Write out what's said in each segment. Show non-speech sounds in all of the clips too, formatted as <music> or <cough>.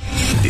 The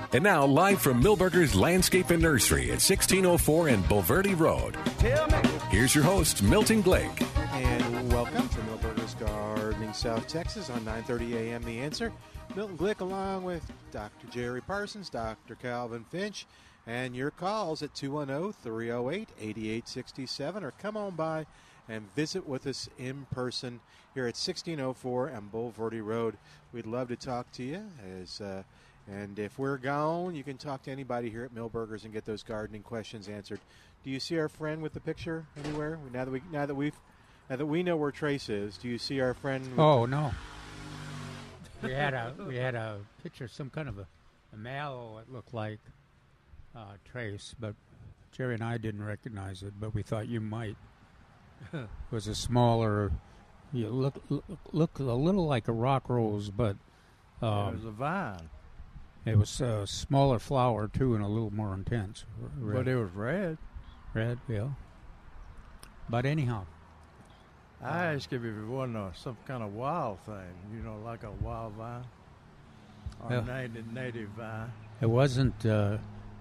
And now, live from Millburgers Landscape and Nursery at 1604 and Bulverde Road, Tell me. here's your host, Milton Blake. And welcome to Milberger's Gardening, South Texas on 9:30 a.m. The Answer. Milton Glick along with Dr. Jerry Parsons, Dr. Calvin Finch, and your calls at oh, 210-308-8867 or come on by and visit with us in person here at 1604 on Boulevardy Road. We'd love to talk to you as uh, and if we're gone, you can talk to anybody here at Millburgers and get those gardening questions answered. Do you see our friend with the picture anywhere? Now that we now that we've now that we know where Trace is, do you see our friend? With Oh no. We had a we had a picture, some kind of a, a mallow. It looked like uh, trace, but Jerry and I didn't recognize it, but we thought you might. it was a smaller. You look look, look a little like a rock rose, but um, It was a vine, it was a smaller flower too, and a little more intense. r- but Red, it was red. red, yeah. But anyhow, I asked him if it wasn't a, some kind of wild thing, you know, like a wild vine or Yeah. native, native vine. it wasn't. Uh,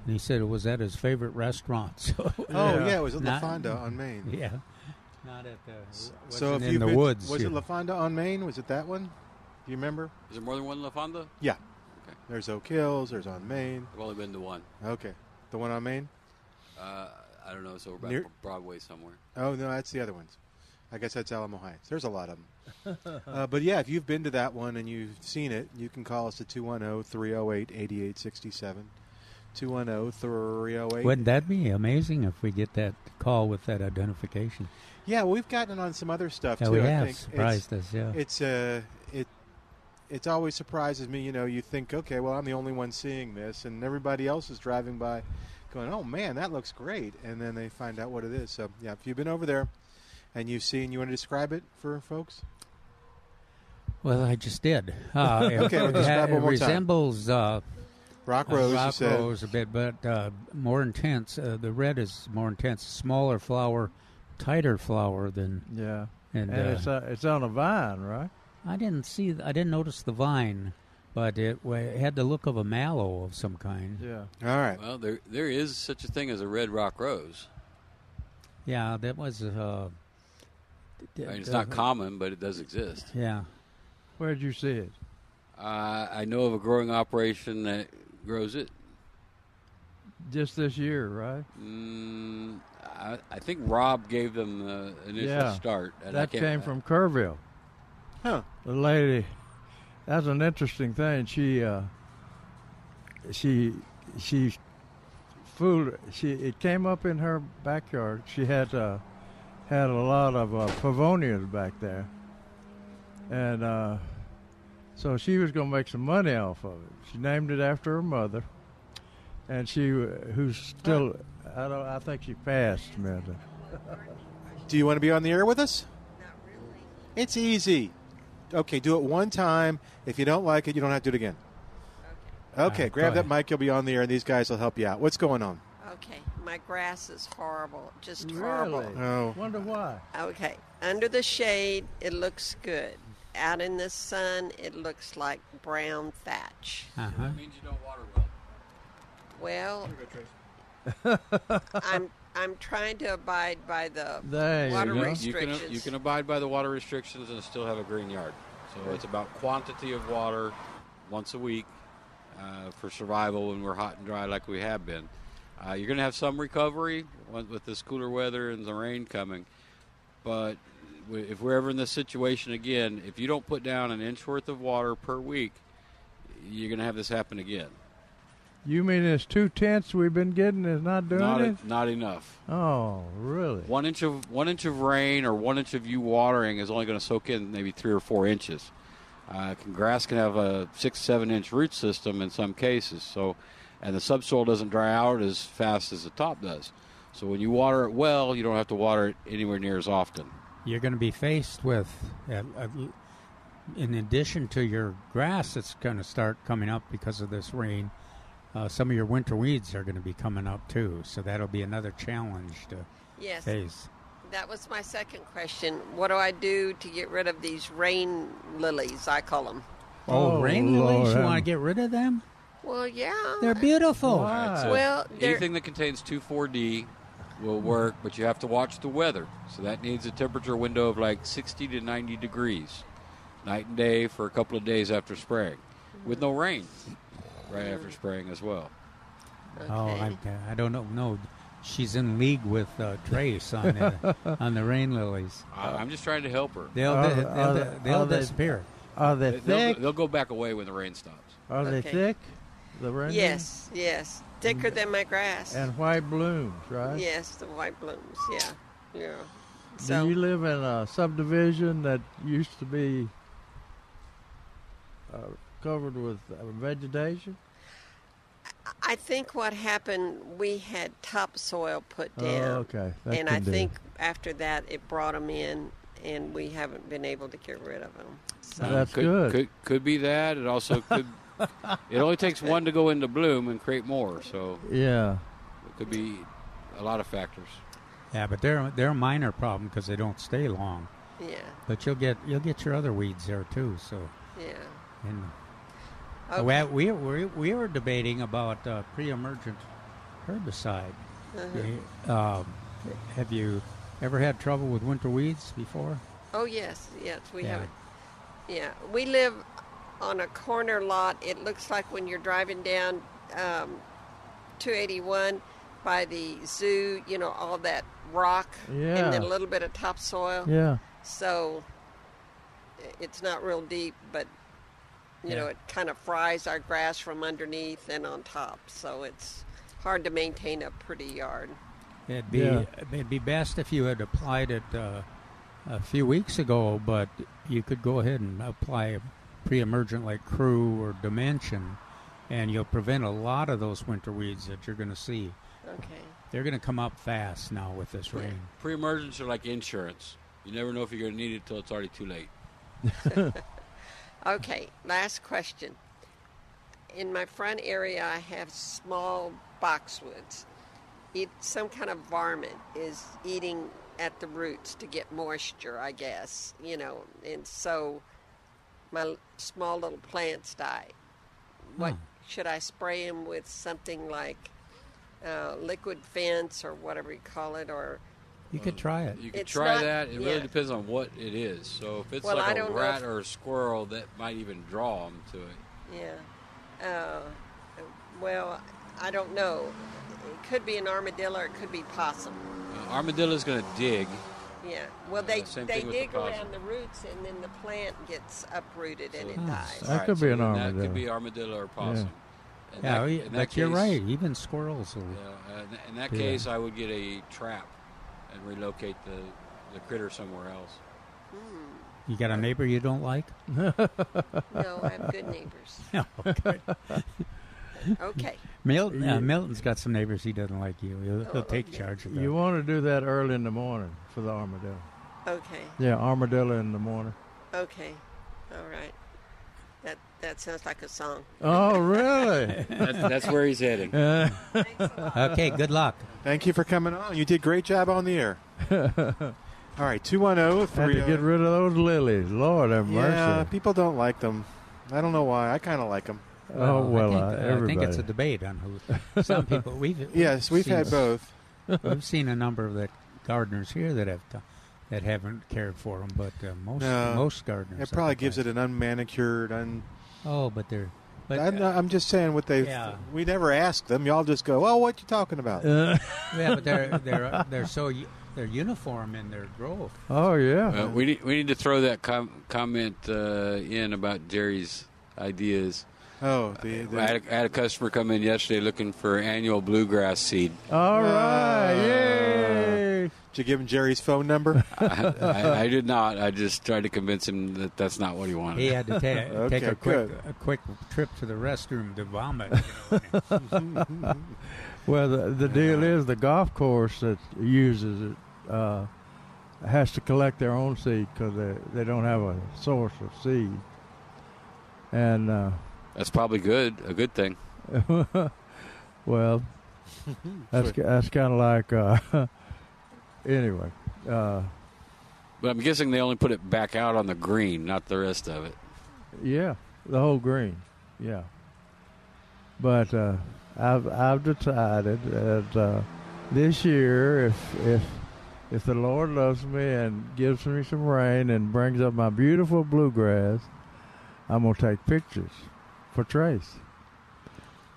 and he said it was at his favorite restaurant. <laughs> So Oh yeah, it was at La Not- Fonda on Maine. <laughs> yeah, not at the. So if in you the been- woods, was you- it La Fonda on Maine? Was it that one? Do you remember? Is there more than one La Fonda? Yeah. Okay. There's Oak Hills. There's on Maine. I've only been to one. Okay, the one on Maine. Uh, I don't know. So we're Near- about <laughs> Broadway somewhere. Oh no, that's the other ones. I guess that's Alamo Heights. There's a lot of them. Uh-huh. uh, but yeah, if you've been to that one and you've seen it, you can call us at oh, 210-308-8867. oh, 210-308. Wouldn't that be amazing if we get that call with that identification? Yeah, well, we've gotten it on some other stuff Oh, Yeah, too. we I have think. surprised us. Yeah, It's, it's uh, it it always surprises me. You know, you think, okay, well, I'm the only one seeing this, and everybody else is driving by, going, oh man, that looks great, and then they find out what it is. So yeah, if you've been over there and you've seen, you want to describe it for folks? well, I just <laughs> did. Uh, it- Okay, well, it, describe ha- one it more time. resembles uh, Rock a Rose, you rock said. rose a bit, but uh, more intense. Uh, the red is more intense, smaller flower, tighter flower than. Yeah, And, and, uh, it's uh, it's on a vine, right? I didn't see. I didn't notice the vine, but it, wa it had the look of a mallow of some kind. Yeah, All right. Well, there there is such a thing as a red rock rose. Yeah, that was. Uh, d- I mean, it's d- not common, but it does exist. Yeah, where'd you see it? Uh, I know of a growing operation that grows it. Just this year, right? Mm, I, I think Rob gave them the initial Yeah. start. and I that can't- came from Kerrville. Huh. The lady, that's an interesting thing. She, uh, she, she fooled. She it came up in her backyard. She had uh, had a lot of uh, pavonias back there, and uh, so she was going to make some money off of it. She named it after her mother, and she w- who's still. I don't. I think she passed, Amanda. Do you want to be on the air with us? Not really. It's easy. Okay, do it one time. If you don't like it, you don't have to do it again. Okay, Uh, grab go that ahead. mic. You'll be on the air, and these guys will help you out. What's going on? Okay, my grass is horrible, just Really? horrible. Oh. Wonder why. Okay, under the shade, it looks good. Out in the sun, it looks like brown thatch. uh huh. That means you don't water well. Well, <laughs> I'm I'm trying to abide by the There you water go. You can restrictions. you can abide by the water restrictions and still have a green yard. So it's about quantity of water once a week uh, for survival when we're hot and dry like we have been. Uh, you're going to have some recovery with with this cooler weather and the rain coming, but w- if we're ever in this situation again, if you don't put down an inch worth of water per week, you're going to have this happen again. You mean it's two tenths we've been getting is not doing Not it? not enough. Oh, really? One inch of one inch of rain or one inch of you watering is only going to soak in maybe three or four inches. Uh, can- grass can have a six seven inch root system in some cases. So, and the subsoil doesn't dry out as fast as the top does. So when you water it well, you don't have to water it anywhere near as often. You're going to be faced with, at, at, in addition to your grass that's going to start coming up because of this rain, uh, some of your winter weeds are going to be coming up too. So that'll be another challenge to Yes. face. That was my second question. What do I do to get rid of these rain lilies? I call them. Oh, Oh, rain lilies? You Lord. want to get rid of them? Well, yeah. They're beautiful. Why? So Well, there- anything that contains 2,4-D will work, but you have to watch the weather. So that needs a temperature window of like 60 to 90 degrees, night and day for a couple of days after spraying, with no rain right after spraying as well. Oh, I, I don't know. No, she's in league with uh, Trace on the, on the rain lilies. I, Uh, I'm just trying to help her. They'll, Are- they'll, uh, they'll, are they- they'll are they- disappear. Are they They- They'll, thick? they'll go back away when the rain stops. Are they Okay. thick? The rain? Yes, yes. Thicker than my grass. And white blooms, right? Yes, the white blooms. Yeah, yeah. Do you So live in a subdivision that used to be uh, covered with uh, vegetation? I think what happened, we had topsoil put Oh, down. okay. That and I can do. think after that, it brought them in, and we haven't been able to get rid of them. So Uh, That's could, good. Could, could be that. It also <laughs> could. it only takes one to go into bloom and create more. So Yeah. it could be a lot of factors. Yeah, but they're they're a minor problem because they don't stay long. yeah, But you'll get you'll get your other weeds there too. So yeah. and uh, Okay. well, we, we we were debating about uh, pre-emergent herbicide. Uh-huh. Yeah. Um, have you ever had trouble with winter weeds before? Oh yes, yes. We Yeah. have. Yeah, we live on a corner lot. It looks like when you're driving down um, 281 by the zoo, you know, all that rock and then Yeah. a little bit of topsoil. Yeah. So i- it's not real deep, but you Yeah. know, it kind of fries our grass from underneath and on top. So it's hard to maintain a pretty yard. It'd be Yeah. it'd be best if you had applied it uh, a few weeks ago, but you could go ahead and apply pre-emergent like Crew or Dimension, and you'll prevent a lot of those winter weeds that you're going to see. Okay. They're going to come up fast now with this rain. Pre-emergence are like insurance. You never know if you're going to need it till it's already <laughs> too late. Okay, last question. In my front area, I have small boxwoods. It, some kind of varmint is eating at the roots to get moisture, I guess, you know, and so my l- small little plants die. What should I spray them with? Something like uh, liquid fence or whatever you call it, or You could try it. You can It's try not- that. It really yeah. depends on what it is. So if it's Well, I like a don't know rat if- or a squirrel, that might even draw them to it. Yeah. Uh, well, I don't know. It could be an armadillo. or It could be possum. Uh, armadillo's going to dig. Yeah. Well, they Yeah, same they thing with dig the possum. around the roots, and then the plant gets uprooted and it So- dies. That could so be an then That armadillo. could be armadillo or possum. In yeah, that- we- in but that you're case- right. Even squirrels will. Yeah, uh, in- in that Yeah. case, I would get a trap and relocate the, the critter somewhere else. You got a neighbor you don't <laughs> like? Oh, No, I'm <laughs> good neighbors. No. <laughs> Okay. Milton, uh, Milton's got some neighbors he doesn't like you. He'll, Oh, he'll take charge of that. You want to do that early in the morning for the armadillo. Okay. Yeah, armadillo in the morning. Okay. All right. That that sounds like a song. Oh, really? That's, that's where he's heading. okay, good luck. Thank you for coming on. You did great job on the air. All right, oh, 210 Had to get rid of those lilies. Lord have uh, Yeah, mercy. people don't like them. I don't know why. I kind of like them. Oh, well, I think, uh, I think it's a everybody. debate on who. Some people we've <laughs> Yes, we've seen- had both. <laughs> <laughs> We've seen a number of the gardeners here that have co- that haven't cared for them, but uh, most No. most gardeners. It probably haven't gives it cared. an unmanicured, un. Oh, but they're But, I'm, not- I'm just saying what they. Yeah. We never ask them. Y'all just go. Oh, what you talking about? yeah, but <laughs> they're they're uh, they're so u- they're uniform in their growth. Oh yeah. Uh, we need we need to throw that com- comment uh, in about Jerry's ideas. oh, I the, had, the a, I had a customer come in yesterday looking for annual bluegrass seed. <laughs> All right. Yay. Ah. did you give him Jerry's phone number? <laughs> I, I, I did not. I just tried to convince him that that's not what he wanted. He had <laughs> to take, take <laughs> Okay, a quick good. a quick trip to the restroom to vomit. you know. <laughs> <laughs> Well, the, the deal is the golf course that uses it uh, has to collect their own seed because they, they don't have a source of seed. And, uh, <laughs> That's probably good. A good thing. well, that's, that's kind of like, uh, <laughs> anyway. Uh, But I'm guessing they only put it back out on the green, not the rest of it. Yeah, the whole green. Yeah. But uh, I've I've decided that uh, this year, if if if the Lord loves me and gives me some rain and brings up my beautiful bluegrass, I'm gonna take pictures for Trace.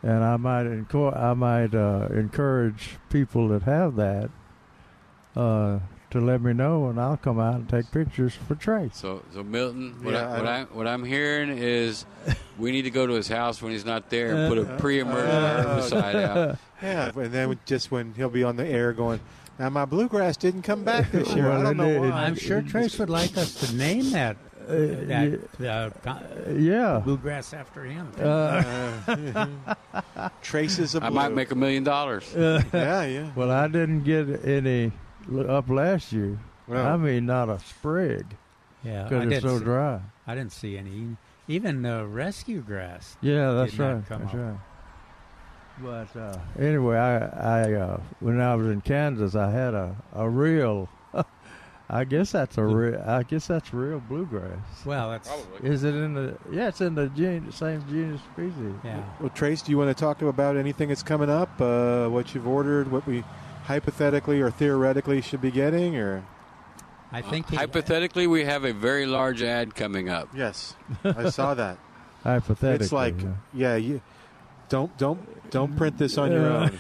And I might enco- I might uh, encourage people that have that uh, to let me know, and I'll come out and take pictures for Trace. So, so Milton, what, Yeah, I, I what, I, what I'm hearing is we need to go to his house when he's not there and put <laughs> a pre-emergent Oh, herbicide out. yeah, and then just when he'll be on the air going. Now my bluegrass didn't come back this year. Well, I don't it know did. why. I'm sure Trace would like us to name that that uh, co- Yeah. Uh, bluegrass after him. Uh, <laughs> Traces of I blue. might make a <laughs> million dollars. <laughs> yeah, yeah. Well, I didn't get any l- up last year. Well. I mean, not a sprig Yeah, I because didn't, it's so see, dry. I didn't see any. Even the rescue grass. Yeah, that's Did not right. come That's up. right. But uh, anyway, I, I uh, when I was in Kansas, I had a a real. <laughs> I guess that's a real. I guess that's real bluegrass. Well, that's Is it in the? Yeah, it's in the gen- same genus species. yeah. Well, Trace, do you want to talk about anything that's coming up? Uh, what you've ordered? What we hypothetically or theoretically should be getting? Or I think he- Hypothetically, we have a very large ad coming up. yes, I saw <laughs> that. Hypothetically, It's like, yeah. yeah, you don't don't don't print this on your own.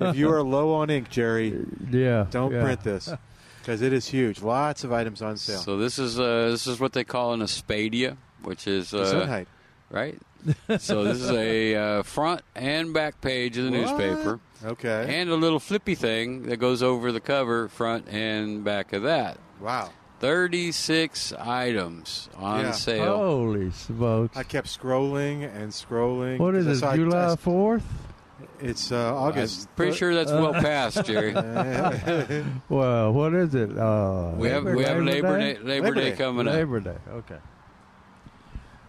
if you are low on ink, Jerry, yeah. don't yeah. print this because it is huge. Lots of items on sale. So this is uh, this is what they call an aspadia, which is uh, Gesundheit. right. so this is <laughs> a uh, front and back page of the newspaper, Okay. and a little flippy thing that goes over the cover, front and back of that. wow. Thirty-six items on Yeah. sale. Holy smokes! I kept scrolling and scrolling. What is 'cause this? I saw- July fourth? It's uh, I'm August. pretty sure that's well past, <laughs> Jerry. Well, what is it? Uh, We have we have Labor Day Labor, Labor Day, Day. coming up. Labor Day. Okay.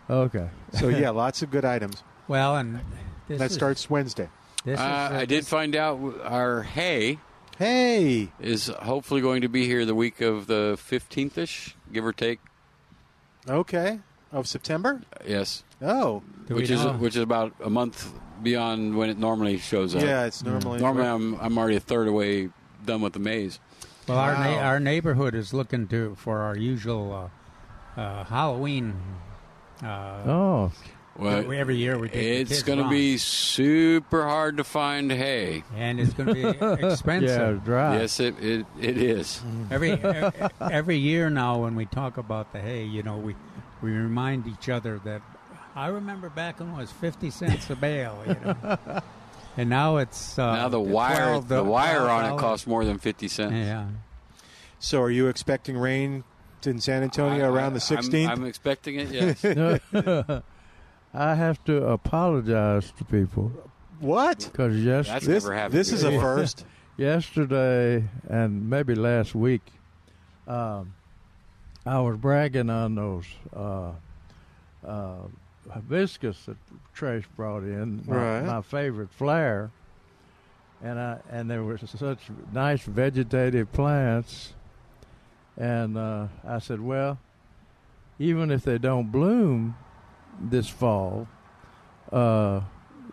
Okay. so yeah, lots of good items. well, and this That is, starts Wednesday. This is, Uh, uh, I did find out w- our hay Hey, is hopefully going to be here the week of the fifteenth ish, give or take. okay, of September. Yes, Oh, do we which is know? which is about a month beyond when it normally shows up. Mm-hmm. yeah, it's normally normally I'm I'm already a third away done with the maze. well, our na- Wow. our neighborhood is looking to for our usual uh, uh, Halloween. Uh, <laughs> Oh, Well, we- <laughs> every year we take the it's kids going to along. be super hard to find hay. and it's <laughs> going to be yeah, expensive. dry. Yes, it it, it is. Every e- every year now, when we talk about the hay, you know, we we remind each other that I remember back when it was fifty cents a bale, you know, and now it's uh, now the wire 12 the wire on it $12. costs more than fifty cents. Yeah, So, are you expecting rain in San Antonio I- around I- the I'm- 16th? I'm, expecting <laughs> it. <laughs> Yes. I have to apologize to people what? because yes, That's This, never happened. this is a before. first. <laughs> yesterday and maybe last week, um, I was bragging on those uh, uh, hibiscus that Trace brought in, my, Right. my favorite flower, and I and there were such nice vegetative plants, and uh, I said, well, even if they don't bloom this fall. Uh,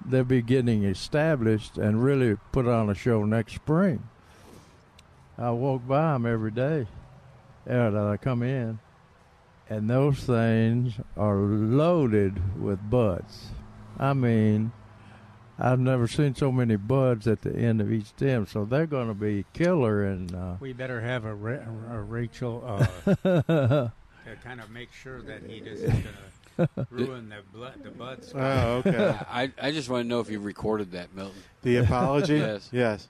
they'll be getting established and really put on a show next spring. I walk by them every day uh, that I come in, and those things are loaded with buds. I mean, I've never seen so many buds at the end of each stem, so they're going to be killer. And uh, We better have a, Ra- a Rachel uh, <laughs> to kind of make sure that he doesn't uh, ruin the blood, the buds. Oh, okay. <laughs> I, I just want to know if you recorded that, Milton. <laughs> the apology. Yes. Yes.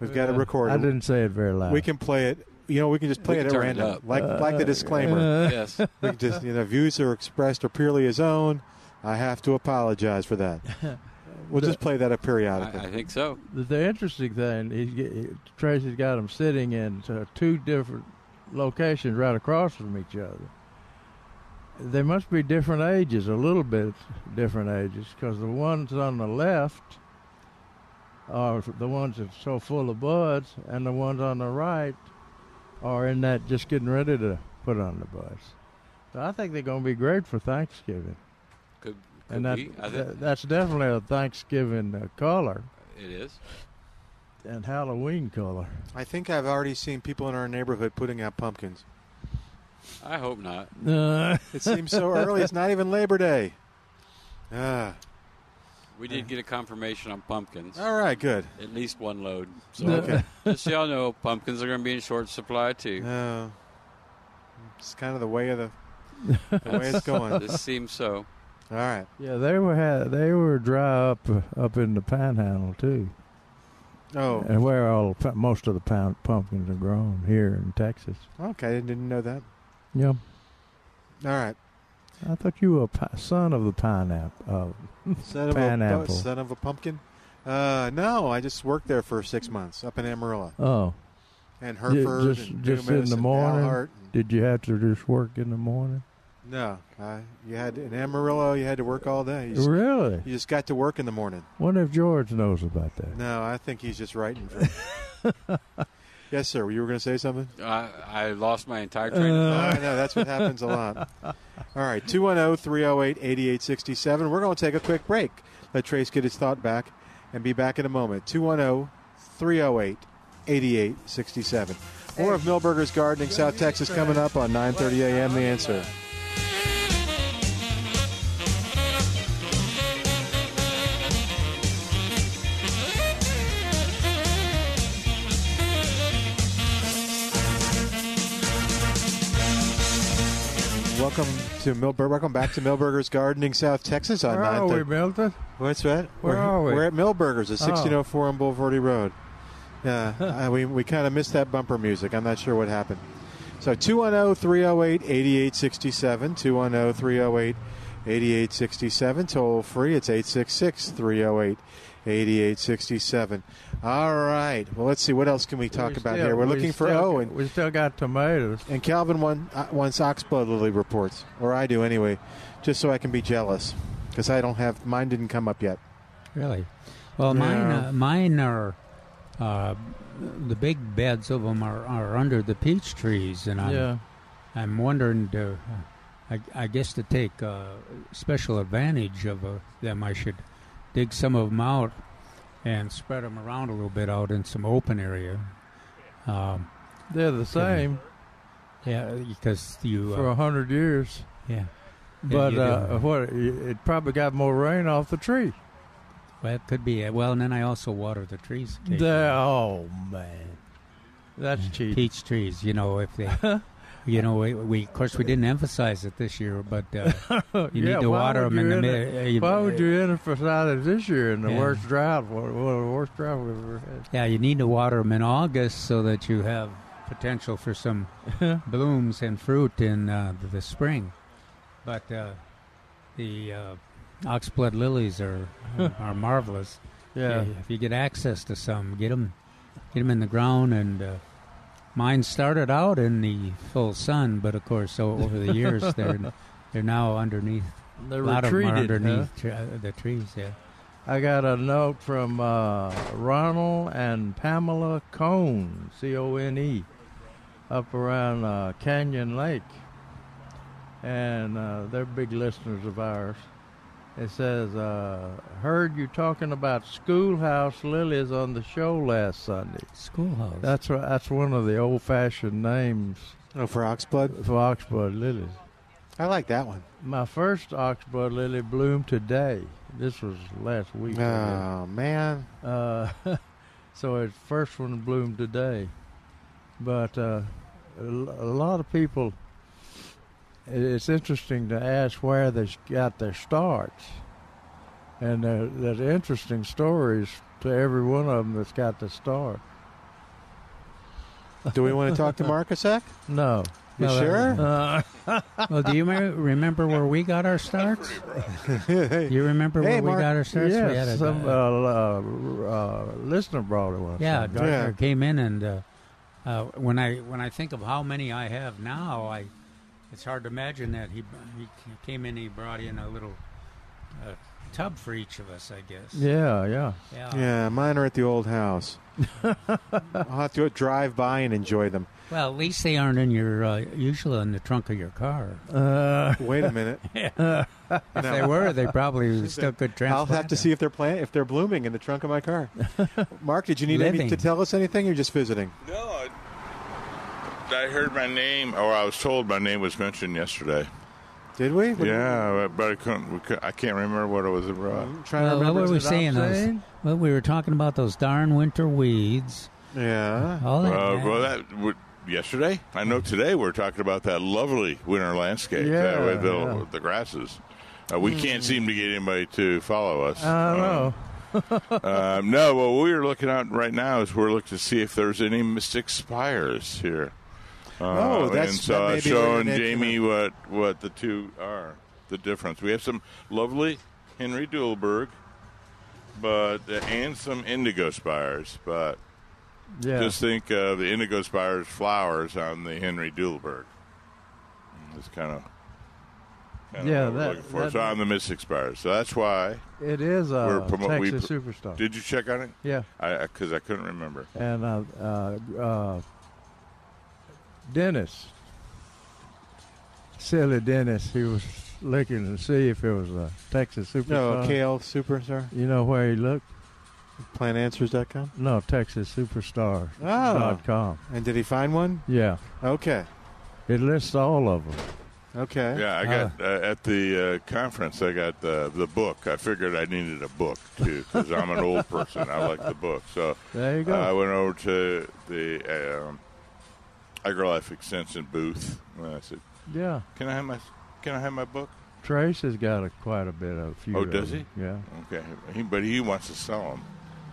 We've got to Uh, I record it. didn't say it very loud. Uh, We can play it. You know, we can just play can it at turn it random, up. like like the disclaimer. <laughs> Yes. we can just you know, views are expressed are purely his own. I have to apologize for <laughs> that. We'll just play that up I, periodically. I think so. The, the interesting thing, he, he, Tracy's got them sitting in uh, two different locations right across from each other. They must be different ages, a little bit different ages, because the ones on the left are the ones that's so full of buds, and the ones on the right are in that just getting ready to put on the buds. So I think they're going to be great for Thanksgiving, Could, could and that, be. I think that- that's definitely a Thanksgiving uh, color it is. and Halloween color. I think I've already seen people in our neighborhood putting out pumpkins. I hope not. Uh, It <laughs> seems so <laughs> early. It's not even Labor Day. Ah, We did get a confirmation on pumpkins. all right, good. At least one load. So <laughs> Okay. just so y'all know, pumpkins are going to be in short supply too. Uh, it's kind of the way of the, the way <laughs> it's going. All this seems so. right. yeah, they were ha- they were dry up up in the Panhandle too, Oh, and where all the, pu- most of the pound, pumpkins are grown here in Texas. okay. I didn't know that. Yeah, All right. I thought you were a pi- son of the pineapple. Oh, <laughs> Son of a Pineapple. son of a pumpkin. Uh, no, I just worked there for six months up in Amarillo oh, and Ju- Hereford. just and just New in the Medicine, morning. Dalhart, and- Did you have to just work in the morning? no, uh, you had in Amarillo. You had to work all day. You just, Really? you just got to work in the morning. Wonder if George knows about that. No, I think he's just writing. For <laughs> yes, sir. You were going to say something. I, I lost my entire train Uh, of Uh, I thought. know that's what happens a lot. All right, oh, 210 308 8867. We're going to take a quick break. Let Trace get his thought back and be back in a moment. oh, 210 308 8867. More of Millburgers Gardening South Texas coming up on 9:30 a.m. The answer. Welcome to Millburg. Welcome back to Millburgers Gardening South Texas on Where are we, 9:30. Milton? What's that? Where we're, are we? Oh. We're at Millburgers at 1604 on Boulevardy Road. Yeah, I- we, we kind of missed that bumper music. I'm not sure what happened. So oh, 210 308 8867. 210 308 8867. Toll free. It's 866 308 8867. All right. Well, let's see. What else can we talk We about still- here? We're we looking for. still- Oh, and we still got tomatoes. and Calvin won, uh, wants oxblood lily reports, or I do anyway, just so I can be jealous because I don't have mine. Didn't come up yet. Really? Well, mine Yeah. uh, mine are uh, the big beds of them are, are under the peach trees, and I'm Yeah. I'm wondering to, I, I guess to take uh, special advantage of uh, them, I should dig some of them out and spread them around a little bit out in some open area. Um, They're the same yeah, because you for uh, a hundred years, yeah, but you do. uh, what? It probably got more rain off the tree. well, it could be. uh, Well, and then I also water the trees. occasionally. There, oh man, that's cheap. peach trees. You know, <laughs> if they, you know, we, we of course we didn't emphasize it this year, but <laughs> uh, you Yeah, need to why water would them in you the uh, enter- mid. Why would you emphasize it this year in the Yeah. worst drought? One one of the worst drought we've ever had. Yeah, you need to water them in August so that you have potential for <laughs> some blooms and fruit in uh, the, the spring. But uh, the uh, oxblood lilies are are marvelous. Yeah. If you get access to some, get them, in the ground. And uh, mine started out in the full sun, but of course, so over the <laughs> years they're they're now underneath. They a lot of them retreated, are huh? underneath tre- uh, the trees. Yeah. I got a note from uh, Ronald and Pamela Cone, C O N E, up around uh, Canyon Lake. And uh, they're big listeners of ours. It says, uh, Heard you talking about schoolhouse lilies on the show last Sunday. Schoolhouse. That's, ri- that's one of the old fashioned names Oh, for oxblood, for oxblood lilies. I like that one. My first oxblood lily bloomed today This was last week. I guess. Oh man, Uh, <laughs> so its first one bloomed today, but uh, a l- a lot of people. i- It's interesting to ask where they s- got their starts, and there- there's interesting stories to every one of them that's got the start. do we want to talk to Markusak? <laughs> No, You No, that- sure? Uh, <laughs> Well, do you me- remember where we got our starts? Do you remember Hey, where Mark. we got our starts? we had yes, a, some uh, l- uh, uh, listener brought it one. yeah, time. Gardner Yeah. came in, and uh, uh, when I when I think of how many I have now, I it's hard to imagine that he he came in, he brought in a little uh, tub for each of us, I guess. yeah, yeah. Yeah. Yeah, mine are at the <laughs> old house. I'll have to drive by and enjoy them. Well, at least they aren't in your uh, usually in the trunk of your car. Uh, Wait a minute. <laughs> If they were, they <laughs> probably still could transplant. I'll have to them. see if they're plant if they're blooming in the trunk of <laughs> my car. Mark, did you need any, Living. to tell us anything? You're just visiting. No, I, I heard my name, or I was told my name was mentioned yesterday. Did we? What- Yeah, but I couldn't. We could, I can't remember what it was about. I'm trying to Well, what remember. were we what I'm saying? Those, saying? well, we were talking about those darn winter weeds. Yeah. All that. Uh, mad- well, that w- yesterday. I know today we're talking about that lovely winter landscape Yeah, that with the, yeah. the grasses. Uh, Hmm. we can't seem to get anybody to follow us. I don't know. <laughs> Uh, um, no, what we're looking at right now is we're looking to see if there's any mystic spires here. Uh, Oh, that's- and so that may I've be where your shown name came Jamie what what the two are, the difference. We have some lovely Henry Duelberg, but uh, and some indigo spires, but Yeah. just think of the indigo spires flowers on the Henry Duelberg. It's kind of. Kind Yeah, of what we're that- looking for. that- so on the Mystic Spires. So that's why. It is a We're promo- we Texas pr- superstar. Did you check on it? yeah, I because I couldn't remember. and uh, uh, uh, Dennis, silly Dennis, he was looking to see if it was a Texas No, superstar. KL Superstar, You know where he looked? plantanswers.com. No, Texas Superstar Oh. dot com. And did he find one? Yeah, Okay. it lists all of them. Okay. Yeah, I got uh, at the uh, conference. I got the the book. I figured I needed a book too because I'm an old person. I like the book. So There you go. I went over to the um, AgriLife Extension booth and I said, yeah, "Can I have my Can I have my book?" Trace has got a, quite a bit of. Few Oh, of does them. Yeah. Okay, he, but he wants to sell them.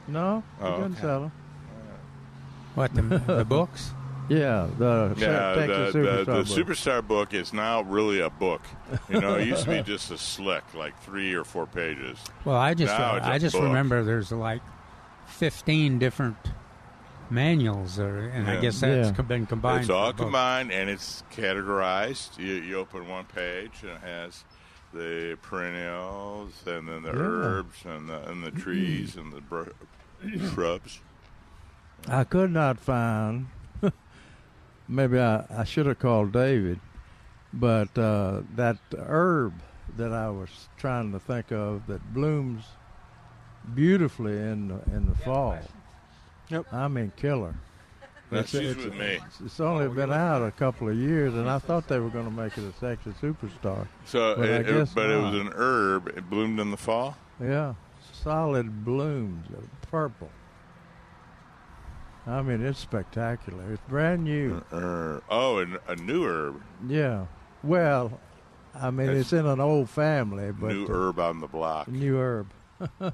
No, he Oh, doesn't okay. sell them. What the, the books? <laughs> Yeah, the Yeah, the, Texas the, superstar. the book. superstar book is now really a book. You know, it <laughs> used to be just a slick, like three or four pages. Well, I just uh, No, it's a I just book. remember there's like 15 different manuals, or, and I Yeah. guess that's Yeah. co- been combined. It's for all a book. combined and it's categorized. You, you open one page and it has the perennials and then the herbs and the, and the trees and the br- shrubs. I could not find. <laughs> maybe I, I should have called David, but uh, that herb that I was trying to think of that blooms beautifully in the, in the fall. Yep. I mean, killer. That's It's- she's it's- with me. It's only been out a couple of years, and I thought they were going to make it a Texas superstar. So, But I it, it- guess but it was not. an herb. It bloomed in the fall. Yeah, solid blooms, uh, purple. I mean, it's spectacular. It's brand new. An herb. Oh, and a new herb. Yeah. Well, I mean, That's- it's in an old family, but new uh, herb on the block. New herb. <laughs> but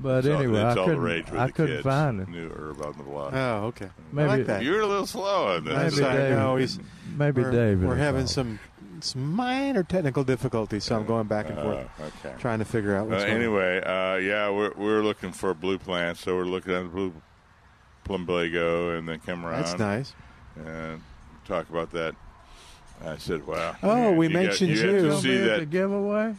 It's all- anyway, it's I all the couldn't, rage with I the couldn't kids. find it. New herb on the block. Oh, okay. Maybe- I like that. You're a little slow on this. I'm Maybe sorry. David- No, he's Maybe we're, David. We're will having solve it. some some minor technical difficulties, so I'm going back and forth Uh, okay. trying to figure out Uh, what's going on. anyway, uh, yeah, we're, we're looking for blue plants, so we're looking at the blue plumbago and then come around That's nice. and talk about that. I said, "Wow." Oh, we got- mentioned you. you. Have to Gonna see be at the that, giveaway?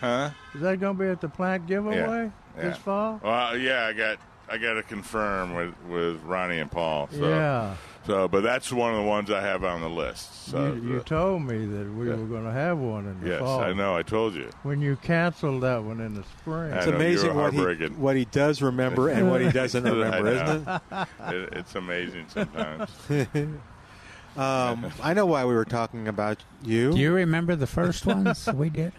huh? Is that going to be at the plant giveaway yeah. this fall? Well, yeah, I got I got to confirm with with Ronnie and Paul. So, yeah. So, but that's one of the ones I have on the list. So, you, you told me that we yeah. were going to have one in the yes, fall. I know. I told you. When you canceled that one in the spring. I It's know, amazing you're what he, heartbroken. what he does remember and what <laughs> he doesn't I remember, isn't it? <laughs> It, it's amazing sometimes. <laughs> <laughs> Um, I know why we were talking about <laughs> you. Do you remember the first ones we did?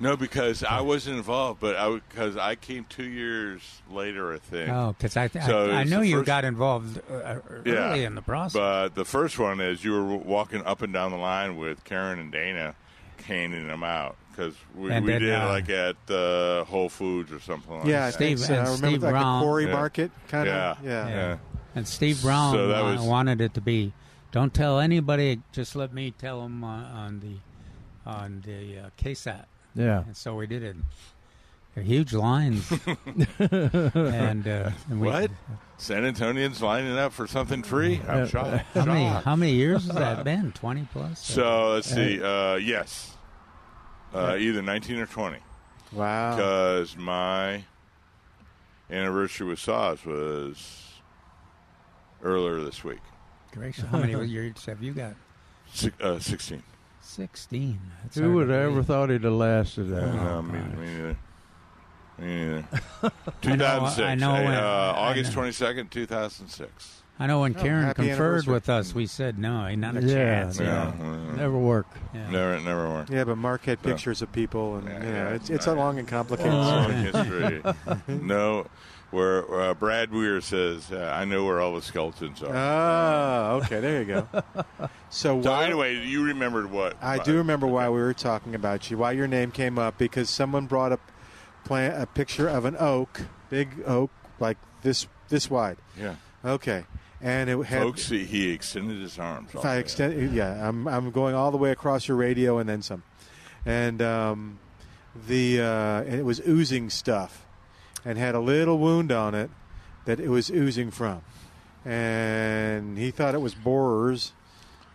No, because I was involved, but I because I came two years later, I think. Oh, because I, th- So I, I it's know the you first- got involved uh, uh, early in the process. But the first one is you were walking up and down the line with Karen and Dana, caning them out because we, And we then, did uh, like at uh, Whole Foods or something. like Yeah, I that. think Steve- so. I and remember Steve like Brown. the Corey Yeah. Market kind of. Yeah. Yeah. yeah. and Steve Brown So that wa- was- wanted it to be, don't tell anybody. Just let me tell them uh, on the on the uh, KSAT. Yeah. And so we did it. They're huge <laughs> lines. and, uh, and we, What? San Antonians lining up for something free? I'm shocked. Uh, <laughs> How many, Shocked. how many years has <laughs> that been? 20 plus? So let's see. Uh-huh. Uh, yes, uh, either 19 or 20, Wow. because my anniversary with Saws was earlier this week. Gracious. How many years have you got? Si- uh, 16. 16. That's Who hard would to have ever believe. thought he'd have lasted that? long? no, me, me neither. Me <laughs> neither. I 2006. know- I know uh, when- uh, I August know. 22nd, 2006. I know when Oh, Karen happy conferred anniversary. with us, we said, no, ain't not a Yeah, chance. you Yeah. know. Never work. Yeah. Never, never were. <laughs> Yeah, but Mark had pictures of people, and Yeah, you know, yeah. it's it's a long and complicated. Long story. history. <laughs> <laughs> no, where uh, Brad Weir says, uh, I know where all the skeletons are. Oh, okay, there you go. <laughs> So, so, why- anyway, you remembered what? I do remember why we were talking about you, why your name came up, because someone brought up plant, a picture of an oak, big oak, like this this wide. Yeah. Okay, and it had. Folks, he- he extended his arms. if I extend, yeah, I'm I'm going all the way across your radio and then some, and um, the uh, and it was oozing stuff, and had a little wound on it that it was oozing from, and he thought it was borers.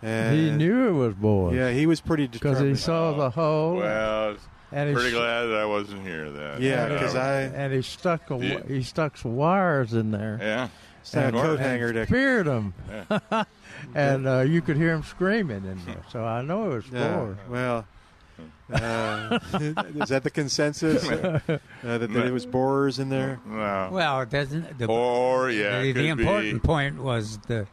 And He knew it was boys. Yeah, he was pretty Because he determined. saw the hole. Well, and he pretty sh- glad that I wasn't here then. Yeah, You know, because I And he stuck a, wi- Yeah. he stuck some wires in there. Yeah. it's not a Norton. coat hanger to Speared him. <laughs> and uh, you could hear him screaming in there. So I know it was Yeah, boys. well, uh, <laughs> is that the <laughs> consensus uh, that, that it was borers in there? No. Well, it doesn't. The, Or, yeah. the, it the could be- important point was the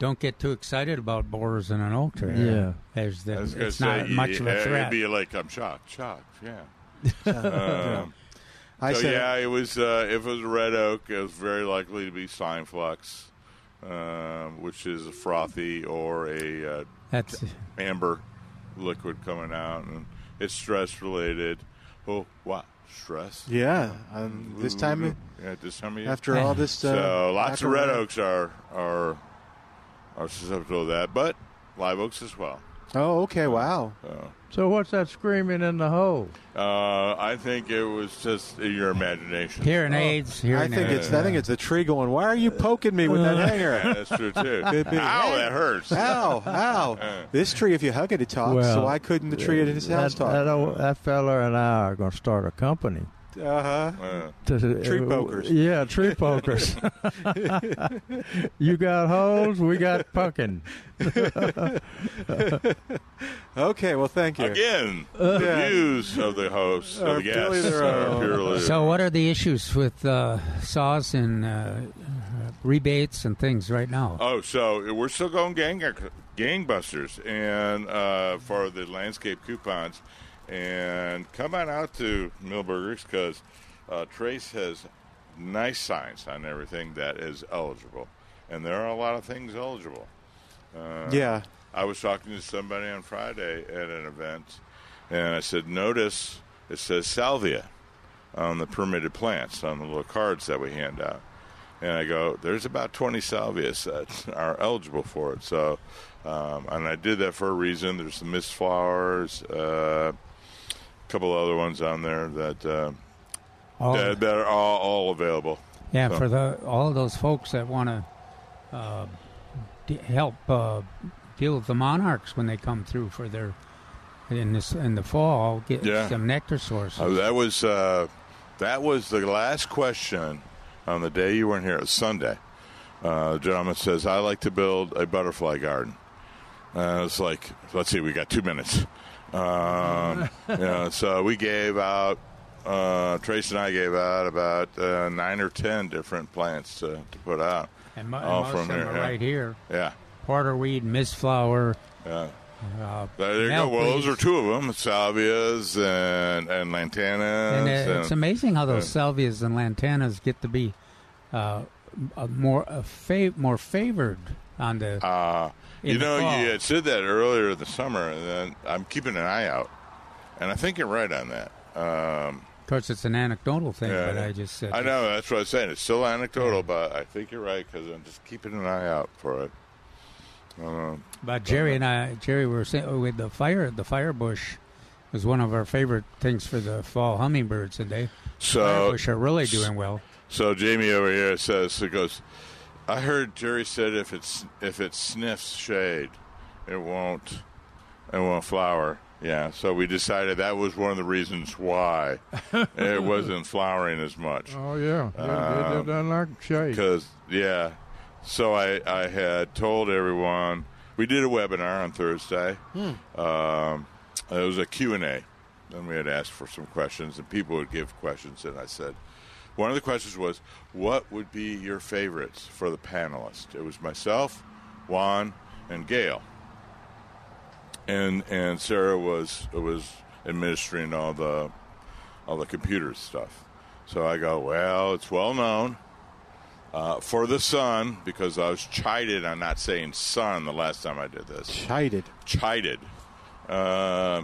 don't get too excited about borers in an oak tree. Yeah. There's the, I was gonna it's not say, much yeah, of a It'd threat. be like, I'm shocked, shocked, <laughs> yeah. Um, I so said yeah, it was. Uh, if it was a red oak, it was very likely to be slime flux, um, which is a frothy or a uh, That's amber liquid coming out, and it's stress related. Oh, what stress? yeah. Um, this time, Mm-hmm. yeah, this time of year. after all this, uh, so lots of lack red oaks are are are susceptible to that, but live oaks as well. Oh, okay. Wow. Oh. So what's that screaming in the hole? Uh, I think it was just your imagination. hearing aids. I Hearing think aids. Uh, it's I think it's the tree going. Why are you poking me with that Uh, Yeah, <laughs> hanger? that's true too. Ow, <laughs> Could be. that hurts. Uh. Ow! <laughs> Ow! This tree, if you hug it, it talks. so Well, uh, why couldn't the tree at his That, house that, talk? old, that fella and I are going to start a company. Uh huh. Uh, To- Tree uh, pokers. Yeah, tree pokers. <laughs> you got holes, we got pucking. Okay. Well, thank you. Uh, Again, Yeah. Uh, the views of the hosts of Are the purely guests their are own. purely. So, what are the issues with uh, saws and uh, rebates and things right now? oh, so we're still going gang gangbusters, and uh, for the landscape coupons, and come on out to Millburgers because uh, Trace has nice signs on everything that is eligible, and there are a lot of things eligible. Uh, Yeah. I was talking to somebody on Friday at an event, and I said, "Notice it says salvia on the permitted plants on the little cards that we hand out." And I go, "There's about 20 salvias that <laughs> are eligible for it." So, um, and I did that for a reason. There's the mist flowers, uh, a couple other ones on there that uh, All- that, that are all, all available. yeah, so- for the all those folks that want to uh, d- help uh, deal with the monarchs when they come through for their in this in the fall, get Yeah. some nectar sources. Oh, that was uh, that was the last question on the day you weren't here. It was Sunday. Uh, the gentleman says, "I like to build a butterfly garden." And it's like, let's see, we got two minutes. <laughs> Um, you know, so we gave out. Uh, Trace and I gave out about uh, nine or ten different plants to, to put out. and mo- all most from of them there, are yeah. right here: Yeah, porterweed, mistflower, yeah. Uh, There you now, go. Well, those please. are two of them: salvias and and lantanas. And And, uh, it's amazing how those uh, salvias and lantanas get to be uh, a more a fav- more favored on the. uh, you in the know, fall. you had said that earlier in the summer, and then I'm keeping an eye out, and I think you're right on that. Um, of course, it's an anecdotal thing, yeah, but I just said I know that's what I was saying. It's still anecdotal, but I think you're right because I'm just keeping an eye out for it. Um, But Jerry and I, Jerry, were saying with the fire, the fire bush is one of our favorite things for the fall hummingbirds, and they fire so, bush are really doing well. so Jamie over here says it goes. I heard Jerry said if it's if it sniffs shade, it won't it won't flower. Yeah, so we decided that was one of the <laughs> reasons why it wasn't flowering as much. <laughs> Oh yeah, they, they, Um, they done like shade. Because yeah, so I I had told everyone we did a webinar on Thursday. Um, it was a Q and A, and we had asked for some questions, and people would give questions, and I said. One of the questions was, "What would be your favorites for the panelists?" It was myself, Juan, and Gail, and and Sarah was was administering all the all the computer stuff. So I go, "Well, it's well known uh, for the sun because I was chided on not saying sun the last time I did this. Chided. Chided. Uh,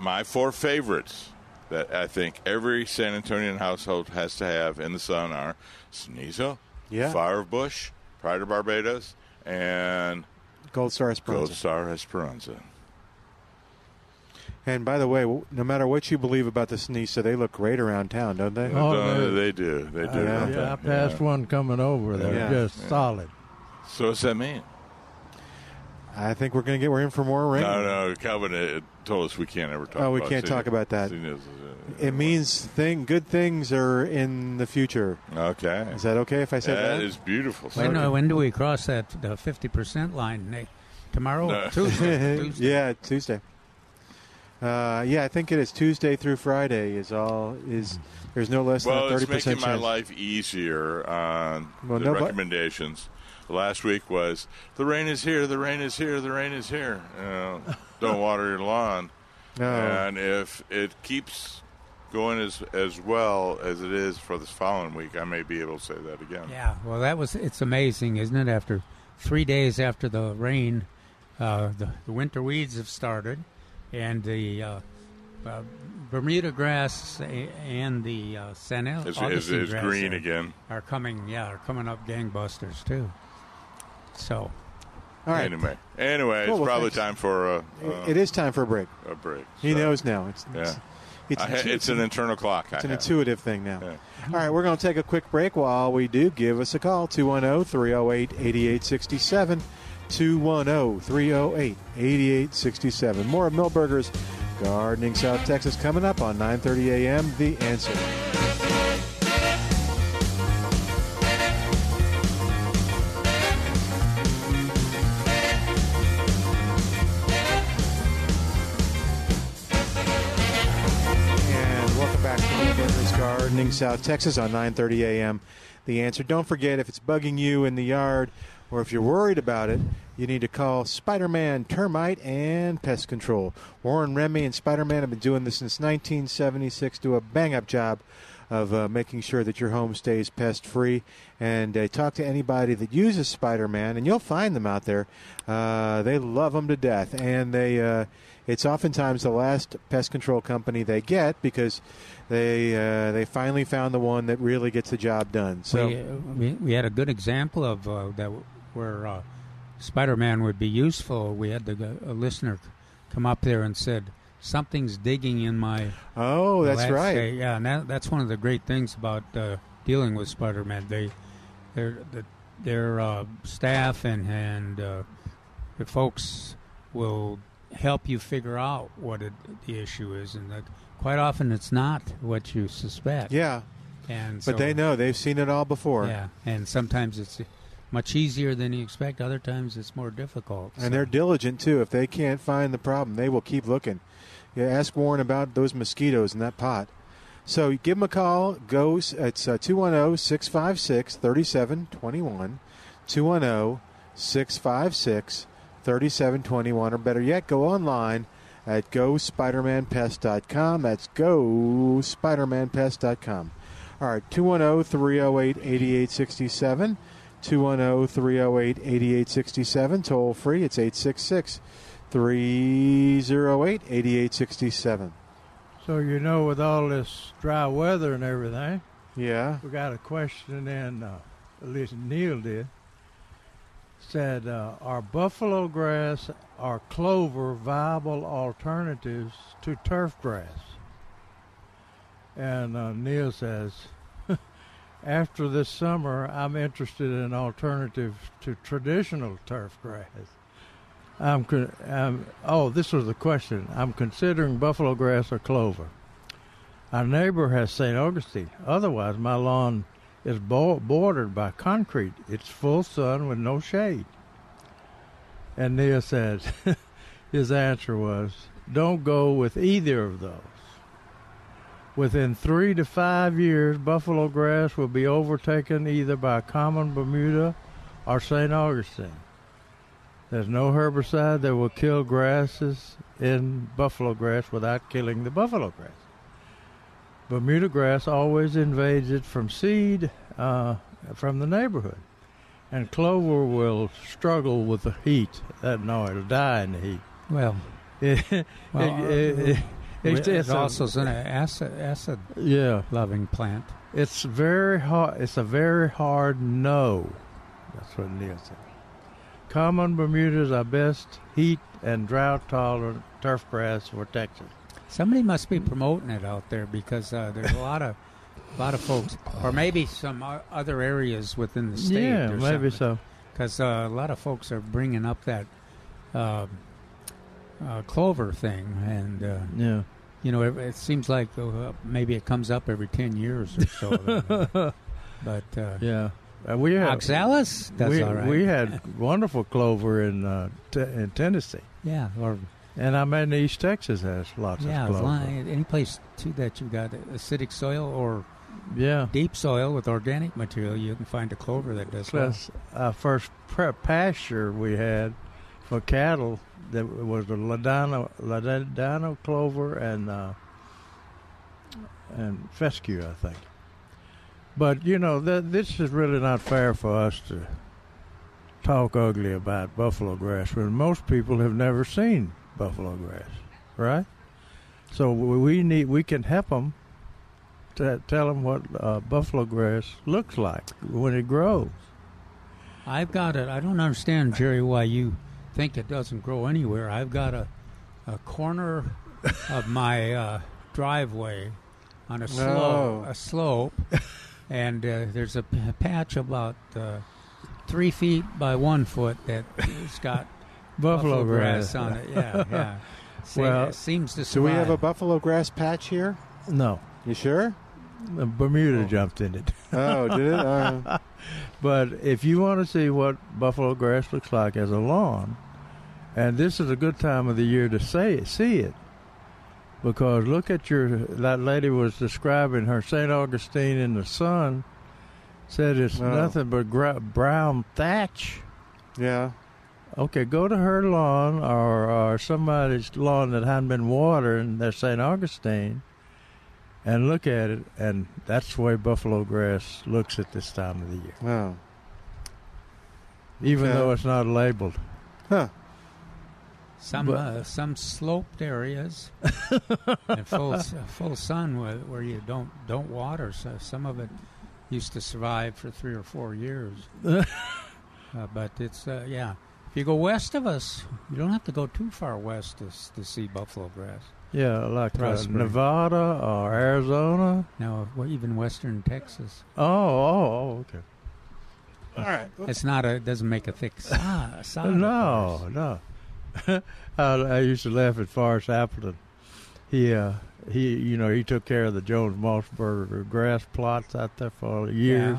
my four favorites that I think every San Antonian household has to have in the sun are Sneasel, Yeah. Fire of Bush, Pride of Barbados, and Gold Star Esperanza. Gold Star Esperanza. And by the way, w- no matter what you believe about the Sneesa, they look great around town, don't they? Oh, Uh, they- they do. They do. Uh, yeah, don't they? I passed Yeah. one coming over. They're Yeah. just solid. So what's that mean? I think we're going to get we're in for more rain. No, no. Calvin uh, told us we can't ever talk. Oh, we about can't Sneasel. talk about that. Sneasel, uh, It means thing good things are in the future. okay. Is that okay if I said that? That is beautiful. When, Sorry. uh, when do we cross that the fifty percent line? Nick? Tomorrow, No. <laughs> <laughs> Tuesday. Tuesday. yeah, Tuesday. Uh, yeah, I think it is Tuesday through Friday is all is there's no less well, than a it's 30% making chance. my life easier on Well, the no, but- recommendations. Last week was the rain is here, the rain is here, the rain is here. You <laughs> know, don't water your lawn. No. And if it keeps going as as well as it is for this following week, I may be able to say that again. Yeah, well, that was it's amazing, isn't it? After three days after the rain, uh, the, the winter weeds have started, and the uh, uh, Bermuda grass a- and the uh, San Al- It's, it's, Augustine it's grass green are, again. are coming. Yeah, are coming up gangbusters too. So all right. Anyway, anyway, Cool, it's well, probably thanks. time for uh, a, a, it is time for a break. a break. He So, knows now. It's, Yeah. it's, I ha- it's, an internal clock. I It's an have. intuitive thing now. Yeah. All right, we're going to take a quick break. While we do, give us a call oh, 210 308 8867. 210 308 8867. More of Millburgers Gardening South Texas coming up on 9:30 a.m. The Answer. And welcome back to Millburgers Gardening South Texas on 9:30 a.m. The answer. Don't forget if it's bugging you in the yard or if you're worried about it, you need to call Spider-Man Termite and Pest Control. Warren Remy and Spider-Man have been doing this since 1976. Do a bang-up job of uh, making sure that your home stays pest-free. And uh, talk to anybody that uses Spider-Man, and you'll find them out there. Uh, they love them to death, and they. Uh, it's oftentimes the last pest control company they get because they uh, they finally found the one that really gets the job done. So we, uh, we we had a good example of uh, that w- where uh, Spider-Man would be useful. We had the, a listener come up there and said something's digging in my. oh, that's Well, right. uh, yeah, and that, that's one of the great things about uh, dealing with Spider-Man. They, their, the, their uh, staff and and uh, the folks will help you figure out what it, the issue is, and that quite often it's not what you suspect. Yeah, and so, but they know they've seen it all before. Yeah, and sometimes it's much easier than you expect. Other times it's more difficult. And they're diligent too. If they can't find the problem, they will keep looking. Yeah, ask Warren about those mosquitoes in that pot. So you give them a call. Go s- it's uh, 210 oh, 656 3721. 210 656 3721, or better yet, go online at gospidermanpest.com. That's gospidermanpest.com. All right, oh, 210 308 8867. 210 308 8867. Toll free, it's 866 308 8867. So you know, with all this dry weather and everything, Yeah. we got a question in. Uh, at least Neil did. Said, uh, are buffalo grass or clover viable alternatives to turf grass? And uh, Neil says, <laughs> after this summer, I'm interested in alternatives to traditional turf grass. I'm, con- I'm oh, this was the question. I'm considering buffalo grass or clover. Our neighbor has St. Augustine. Otherwise, my lawn is bo- bordered by concrete. It's full sun with no shade. And Neil said, <laughs> his answer was, don't go with either of those. Within three to five years, buffalo grass will be overtaken either by common Bermuda or St. Augustine. There's no herbicide that will kill grasses in buffalo grass without killing the buffalo grass. Bermuda grass always invades it from seed uh, from the neighborhood. And clover will struggle with the heat. That no, it'll die in the heat. Well, <laughs> It, Well, uh, it- it- it- it's- it's, it's a- also an acid acid yeah. loving plant. It's very hard. It's a very hard no. That's what Neil said. Common Bermudas are best heat and drought tolerant turf grass for Texas. Somebody must be promoting it out there because uh, there's a lot of lot of folks, or maybe some o- other areas within the state. yeah, or maybe so. Because uh, a lot of folks are bringing up that uh, uh, clover thing, and uh, Yeah. you know, it, it seems like uh, maybe it comes up every ten years or so. <laughs> but uh, Yeah. Uh, we have, oxalis, that's we, all right. we had wonderful clover in uh, t- in Tennessee, yeah, or and I'm in East Texas. Has lots yeah, of clover. line, any place too that you've got acidic soil or Yeah. deep soil with organic material, you can find a clover that does well. Plus, our uh, first pre- pasture we had for cattle that was the Ladano, Ladano clover and uh, and fescue, I think. But you know, th- this is really not fair for us to talk ugly about buffalo grass when most people have never seen buffalo grass, right? So we we need we can help them to tell them what uh, buffalo grass looks like when it grows. I've got it. I don't understand, Jerry, why you think it doesn't grow anywhere. I've got a, a corner of my uh, driveway on a slope, No. a slope, and uh, there's a p- patch about uh, three feet by one foot that has <laughs> got Buffalo, grass. on it. <laughs> Yeah, yeah. Se- Well, it seems to. Do we have a survive. buffalo grass patch here? No, You sure? the Uh, Bermuda jumped in it. Oh, did it? Uh, <laughs> But if you want to see what buffalo grass looks like as a lawn, and this is a good time of the year to say it, see it, because look at your that lady was describing her St. Augustine in the sun, said it's No. nothing but gra- brown thatch. yeah. Okay, go to her lawn or, or somebody's lawn that hadn't been watered, and their St. Augustine, and look at it, and that's the way buffalo grass looks at this time of the year, Oh. even Okay. though it's not labeled. Huh. Some But- uh, some sloped <laughs> areas and full s- uh, full sun where, where you don't don't water. So some of it used to survive for three or four years. <laughs> uh, but it's uh, yeah. If you go west of us, you don't have to go too far west to, s- to see buffalo grass. Yeah, like uh, Prospering. Nevada or Arizona. Now w- even western Texas, Oh, oh, oh, okay. All right. it's not a it doesn't make Ah, a <laughs> thick sod. sod of No, course. no. <laughs> I, I used to laugh at Forrest Appleton. He, uh, he, you know, he took care of the Jones Mossberger grass plots out there for years,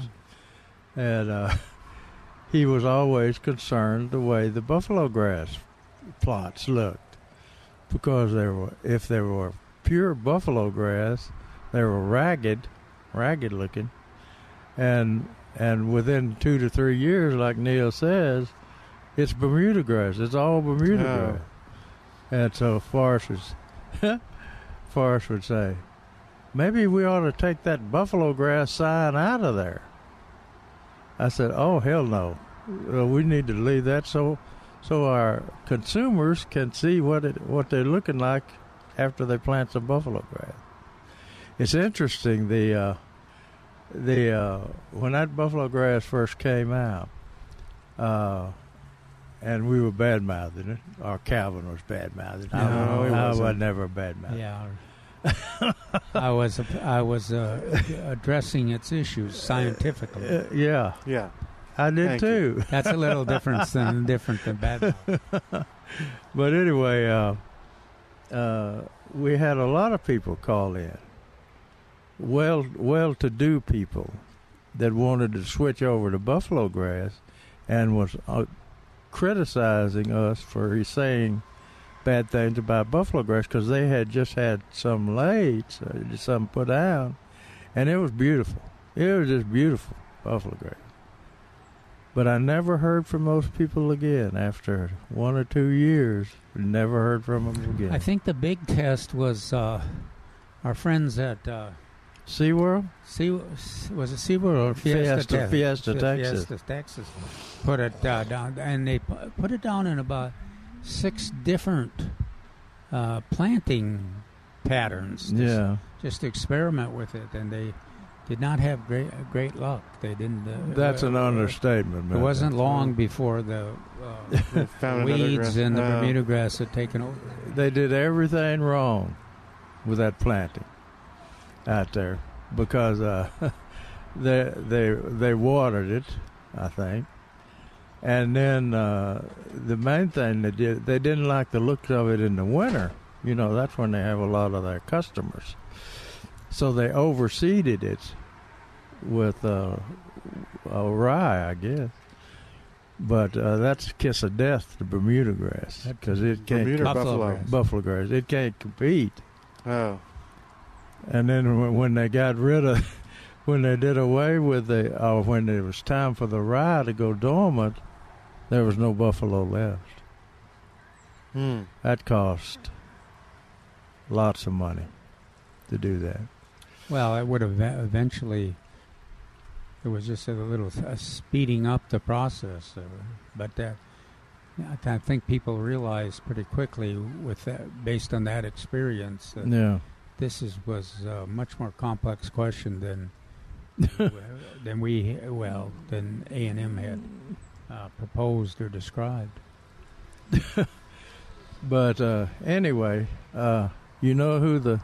and uh, <laughs> he was always concerned the way the buffalo grass plots looked, because they were if they were pure buffalo grass, they were ragged, ragged looking, and and within two to three years, like Neil says, It's Bermuda grass. It's all Bermuda Oh. grass. And so Forrest, was, <laughs> Forrest would say, maybe we ought to take that buffalo grass sign out of there. I said, oh, hell no. Uh, We need to leave that so so our consumers can see what it, what they're looking like after they plant some buffalo grass. It's interesting the uh, the uh, when that buffalo grass first came out, uh, and we were bad mouthing it, or Calvin was bad mouthing. I, No, he I was wasn't. never bad mouthing. Yeah. I was I was uh, addressing its issues scientifically. Uh, yeah, Yeah. I did Thank too. <laughs> That's a little <laughs> different than different than bad. But anyway, uh, uh, we had a lot of people call in. Well, well-to-do people that wanted to switch over to buffalo grass, and was uh, criticizing us for saying bad things about buffalo grass because they had just had some laid, so some put down, and it was beautiful. It was just beautiful buffalo grass. But I never heard from those people again after one or two years. Never heard from them again. I think the big test was uh, our friends at uh, SeaWorld? Sea was it SeaWorld or Fiesta, Fiesta- Tex- Fiesta, Fi- Texas. Fiesta, Texas. Put it uh, down, and they pu- put it down in about six different uh, planting patterns. to s- Yeah. just experiment with it, and they did not have great great luck. They didn't. Uh, That's an understatement. It man. wasn't long before the uh, <laughs> They found another grass. weeds and the Uh, Bermuda grass had taken over. They did everything wrong with that planting out there because uh, <laughs> they they they watered it, I think, and then uh, the main thing they did they didn't like the looks of it in the winter. You know that's when they have a lot of their customers, so they overseeded it with uh, uh, rye, I guess. But uh, that's a kiss of death to Bermuda grass because it can't Bermuda Buffalo buffalo. grass. buffalo grass. It can't compete. Oh. And then when- when they got rid of, <laughs> when they did away with the, or when it was time for the rye to go dormant, there was no buffalo left. Hmm. That cost lots of money to do that. Well, it would have eventually. It was just a little uh, speeding up the process, uh, but that, I, th- I think people realized pretty quickly with that, based on that experience that Yeah. this is was a much more complex question than uh, than we well than A and M had uh, proposed or described. But uh, anyway, uh, you know who the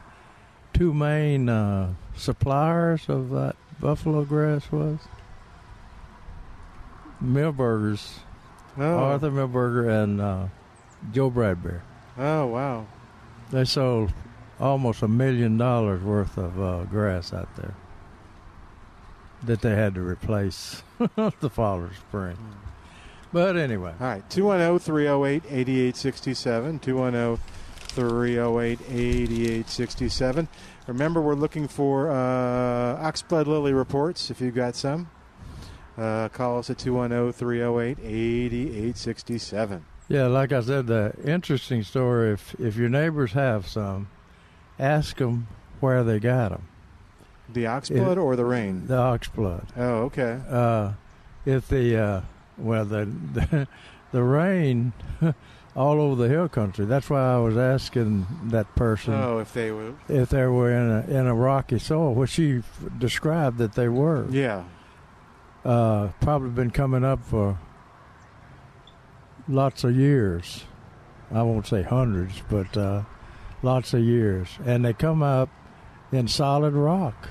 two main uh, suppliers of that buffalo grass was? Millburgers, Oh. Arthur Millburger, and uh, Joe Bradbury. Oh, wow. They sold almost a million dollars worth of uh, grass out there that they had to replace <laughs> the following spring. But anyway, All right, oh, 210 308 8867. 210 308 8867. Remember, we're looking for uh, Oxblood Lily reports if you've got some. Uh, call us at 210 308 8867. yeah, like I said, the interesting story if, if your neighbors have some, ask them where they got them The Oxblood or the rain? the ox blood. Oh, okay. Uh, if the, uh, well, the, <laughs> the, the rain <laughs> all over the hill country, that's why I was asking that person. Oh, if they were. if they were in a, in a rocky soil, which she f- described that they were. Yeah. Uh, probably been coming up for lots of years. I won't say hundreds, but uh, lots of years. And they come up in solid rock.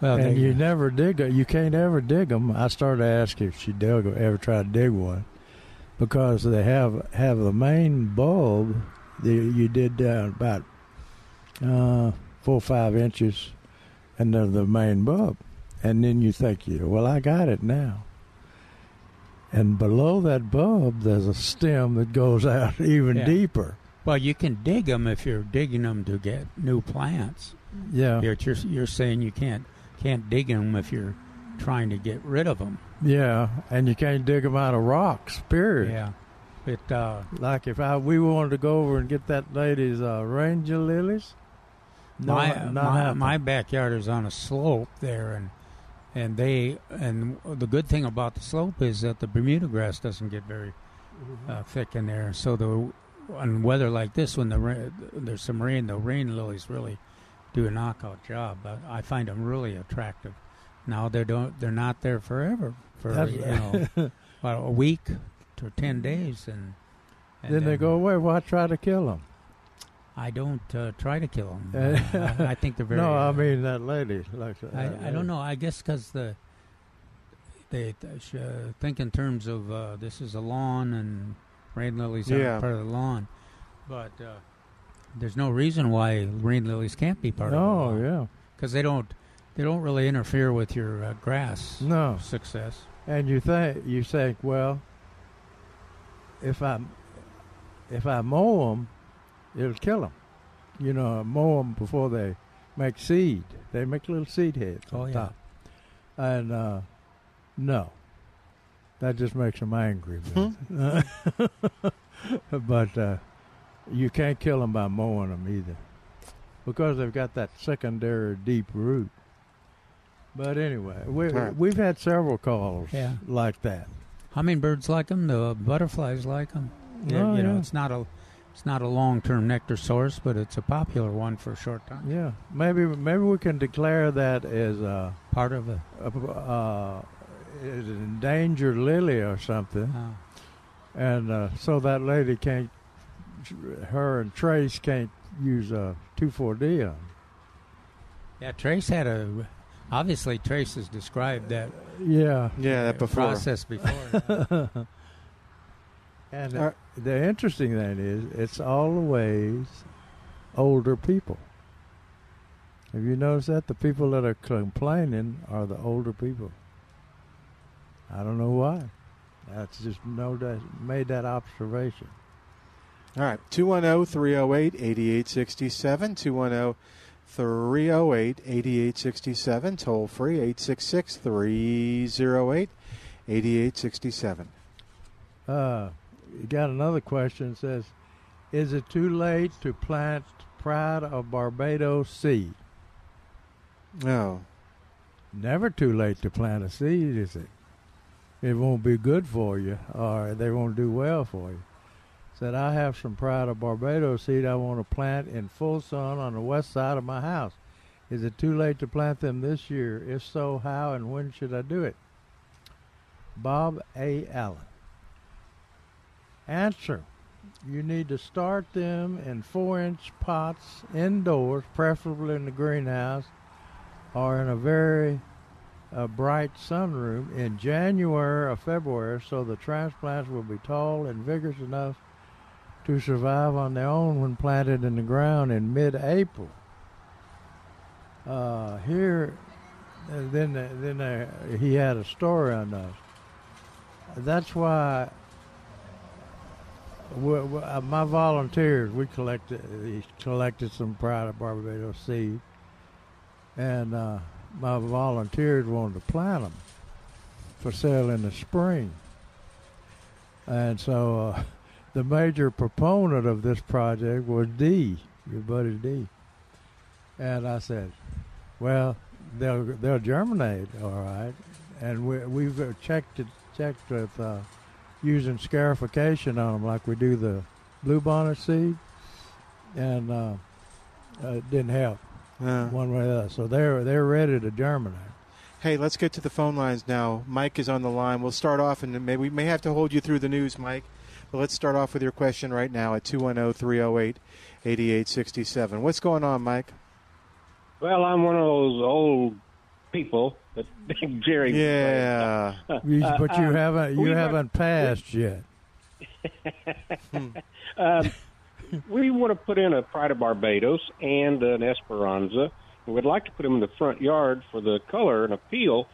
Well, and you never dig it. You can't ever dig them. I started to ask if she dug ever tried to dig one because they have have the main bulb that you did down about uh, four or five inches, and they're the main bulb. And then you think, you well, I got it now. And below that bulb, there's a stem that goes <laughs> out even Yeah. deeper. well, you can dig them if you're digging them to get new plants. Yeah, But you're you're saying you can't can't dig them if you're trying to get rid of them. Yeah, and you can't dig them out of rocks. Period. Yeah. It uh, Like if I we wanted to go over and get that lady's uh, ranger lilies. No, my not my, happening. my backyard is on a slope there, and and they and the good thing about the slope is that the Bermuda grass doesn't get very Mm-hmm. uh, thick in there. So the on weather like this, when the ra- there's some rain, the rain lilies really do a knockout job. I, I find them really attractive. Now they don't they're not there forever for That's- you know <laughs> about a week to ten days, and, and then, they go away. Why try to kill them? I don't uh, try to kill them. <laughs> Uh, I, I think they're very. no, I uh, mean that lady. Like uh, that I, I lady. don't know. I guess because the they th- sh- uh, think in terms of uh, this is a lawn and rain lilies Yeah. are part of the lawn, but uh, there's no reason why rain lilies can't be part of the No, lawn yeah, because they don't they don't really interfere with your uh, grass no. success. And you think you think, well, if I if I mow them, it'll kill them. You know, mow them before they make seed. They make little seed heads on Oh, yeah. top. And uh, no, that just makes them angry. But, Hmm? <laughs> but uh, you can't kill them by mowing them either, because they've got that secondary deep root. But anyway, we, All right. we've had several calls Yeah. like that. Hummingbirds like them. The butterflies like them. Oh, you know, yeah. it's not a it's not a long term nectar source, but it's a popular one for a short time. Yeah, maybe maybe we can declare that as a, Part of a. a, a as an endangered lily or something, Uh, and uh, so that lady can't, her and Trace can't use a two four D on. Yeah, Trace had a. Obviously, Trace has described that Yeah, Yeah, that before. process before. <laughs> and All right. the interesting thing is, it's always older people. Have you noticed that the people that are complaining are the older people? I don't know why. That's just no that made that observation. All right, oh, 210 308 8867. 210 308 8867. Toll free 866 308 8867. Uh, you got another question. It says, is it too late to plant Pride of Barbados seed? No. Never too late to plant a seed, is it? It won't be good for you, or they won't do well for you. Said I have some Pride of Barbados seed I want to plant in full sun on the west side of my house. Is it too late to plant them this year? If so, how and when should I do it? Bob A. Allen. Answer. You need to start them in four inch pots indoors, preferably in the greenhouse or in a very uh, bright sunroom in January or February so the transplants will be tall and vigorous enough to survive on their own when planted in the ground in mid April. Uh, here, uh, then, then uh, he had a story on us. That's why we, we, uh, my volunteers, we collected, he collected some Pride of Barbados seed, and uh, my volunteers wanted to plant them for sale in the spring. And so uh, <laughs> the major proponent of this project was D, your buddy D. And I said, well, they'll they'll germinate, all right. And we we've uh, checked it checked with uh, using scarification on them like we do the bluebonnet seed, and uh, uh, it didn't help Uh, one way or the other. So they're they're ready to germinate. hey, let's get to the phone lines now. Mike is on the line. We'll start off, and may, we may have to hold you through the news, Mike. But let's start off with your question right now at oh, 210 308 8867. What's going on, Mike? Well, I'm one of those old people that <laughs> Jerry. Uh, Yeah. <laughs> You- but you haven't you we were- haven't passed yet. uh, We want to put in a Pride of Barbados and an Esperanza. And we'd like to put them in the front yard for the color and appeal.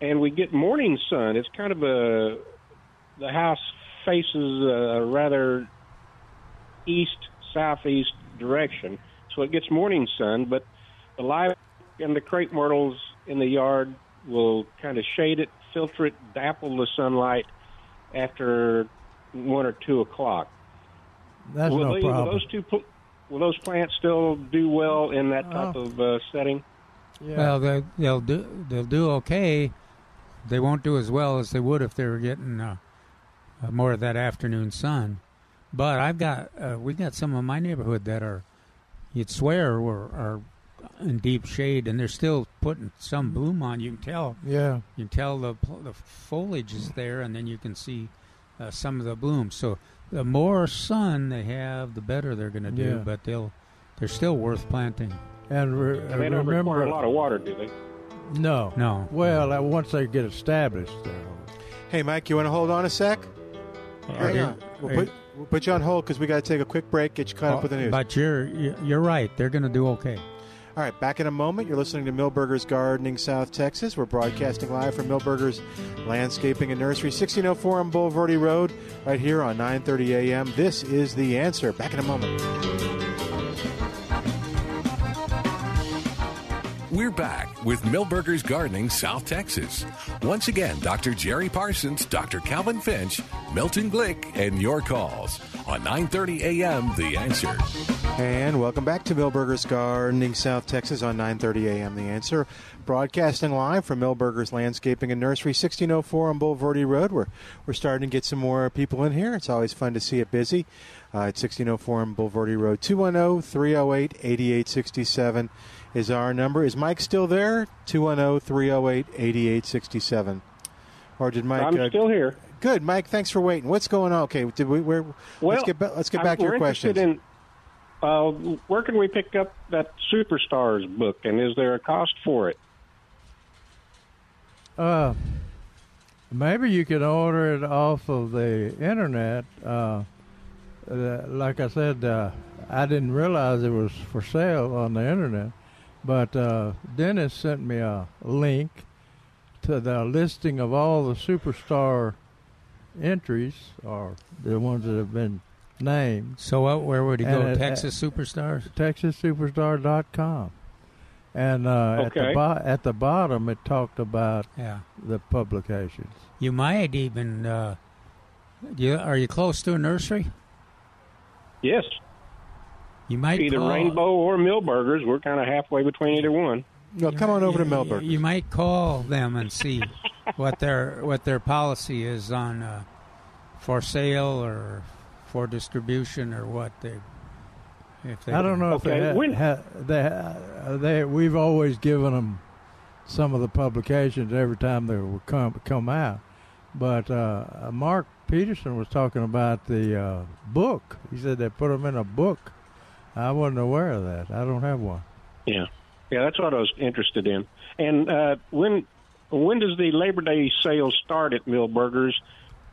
And we get morning sun. It's kind of a the house faces a rather east southeast direction, so it gets morning sun. But the live and the crepe myrtles in the yard will kind of shade it filter it, dapple the sunlight after one or two o'clock. That's will, no they, will problem. those two pl- will those plants still do well in that type of uh, setting? Well, they, they'll do they'll do okay. They won't do as well as they would if they were getting uh, uh, more of that afternoon sun. But I've got uh, we got some in my neighborhood that are you'd swear were are in deep shade, and they're still putting some bloom on. You can tell. Yeah. You can tell the pl- the foliage is there, and then you can see uh, some of the blooms. So the more sun they have, the better they're going to do. Yeah. But they'll they're still worth planting. And re- they don't remember, require a lot of water, do they? No, No. Well, uh, once they get established, they'll- Hey, Mike, you want to hold on a sec? Hang Hey, on. We'll hey. put, we'll put you on hold because we got to take a quick break, get you caught up with the news. Oh, But you're you're right. They're going to do okay. All right, back in a moment. You're listening to Millburgers Gardening South Texas. We're broadcasting live from Millburgers Landscaping and Nursery, 1604 on Boulevardy Road, right here on 9:30 a.m. This is the answer. Back in a moment. We're back with Milburger's Gardening South Texas. Once again, Dr. Jerry Parsons, Dr. Calvin Finch, Milton Glick, and your calls on 9:30 a.m. The Answer. And welcome back to Millburgers Gardening South Texas on 9:30 a.m. The Answer, broadcasting live from Millburgers Landscaping and Nursery, 1604 on Boulevardy Road. We're we're starting to get some more people in here. It's always fun to see it busy. Uh, at 1604 on Boulevardy Road, oh, 210-308-8867 is our number. Is Mike still there? oh, 210-308-8867. Or did Mike? I'm uh, still here. Good, Mike. Thanks for waiting. What's going on? Okay, did we? We're, Well, let's get ba- let's get I'm- back to we're your questions. interested In, uh, where can we pick up that Superstars book, and is there a cost for it? Uh, maybe you can order it off of the internet. Uh, uh, like I said, uh, I didn't realize it was for sale on the internet, but uh, Dennis sent me a link to the listing of all the superstar entries or the ones that have been named. So uh, where would he go? And it- Texas superstars. TexasSuperstar.com, and uh, at the Okay. bo- at the bottom it talked about Yeah. the publications. You might even. Uh, you, are you close to a nursery? Yes, You might either call, Rainbow or Millburgers. We're kind of halfway between either one. No, come on over to you- Millburgers. You might call them and <laughs> see what their what their policy is on uh, for sale or for distribution or what they. If they I don't know Oh, if Okay, they, ha- when- ha- they, ha- they we've always given them some of the publications every time they would come come out. But uh, Mark Peterson was talking about the uh, book. He said they put them in a book. I wasn't aware of that. I don't have one. Yeah, yeah, that's what I was interested in. And uh, when when does the Labor Day sale start at Millburgers,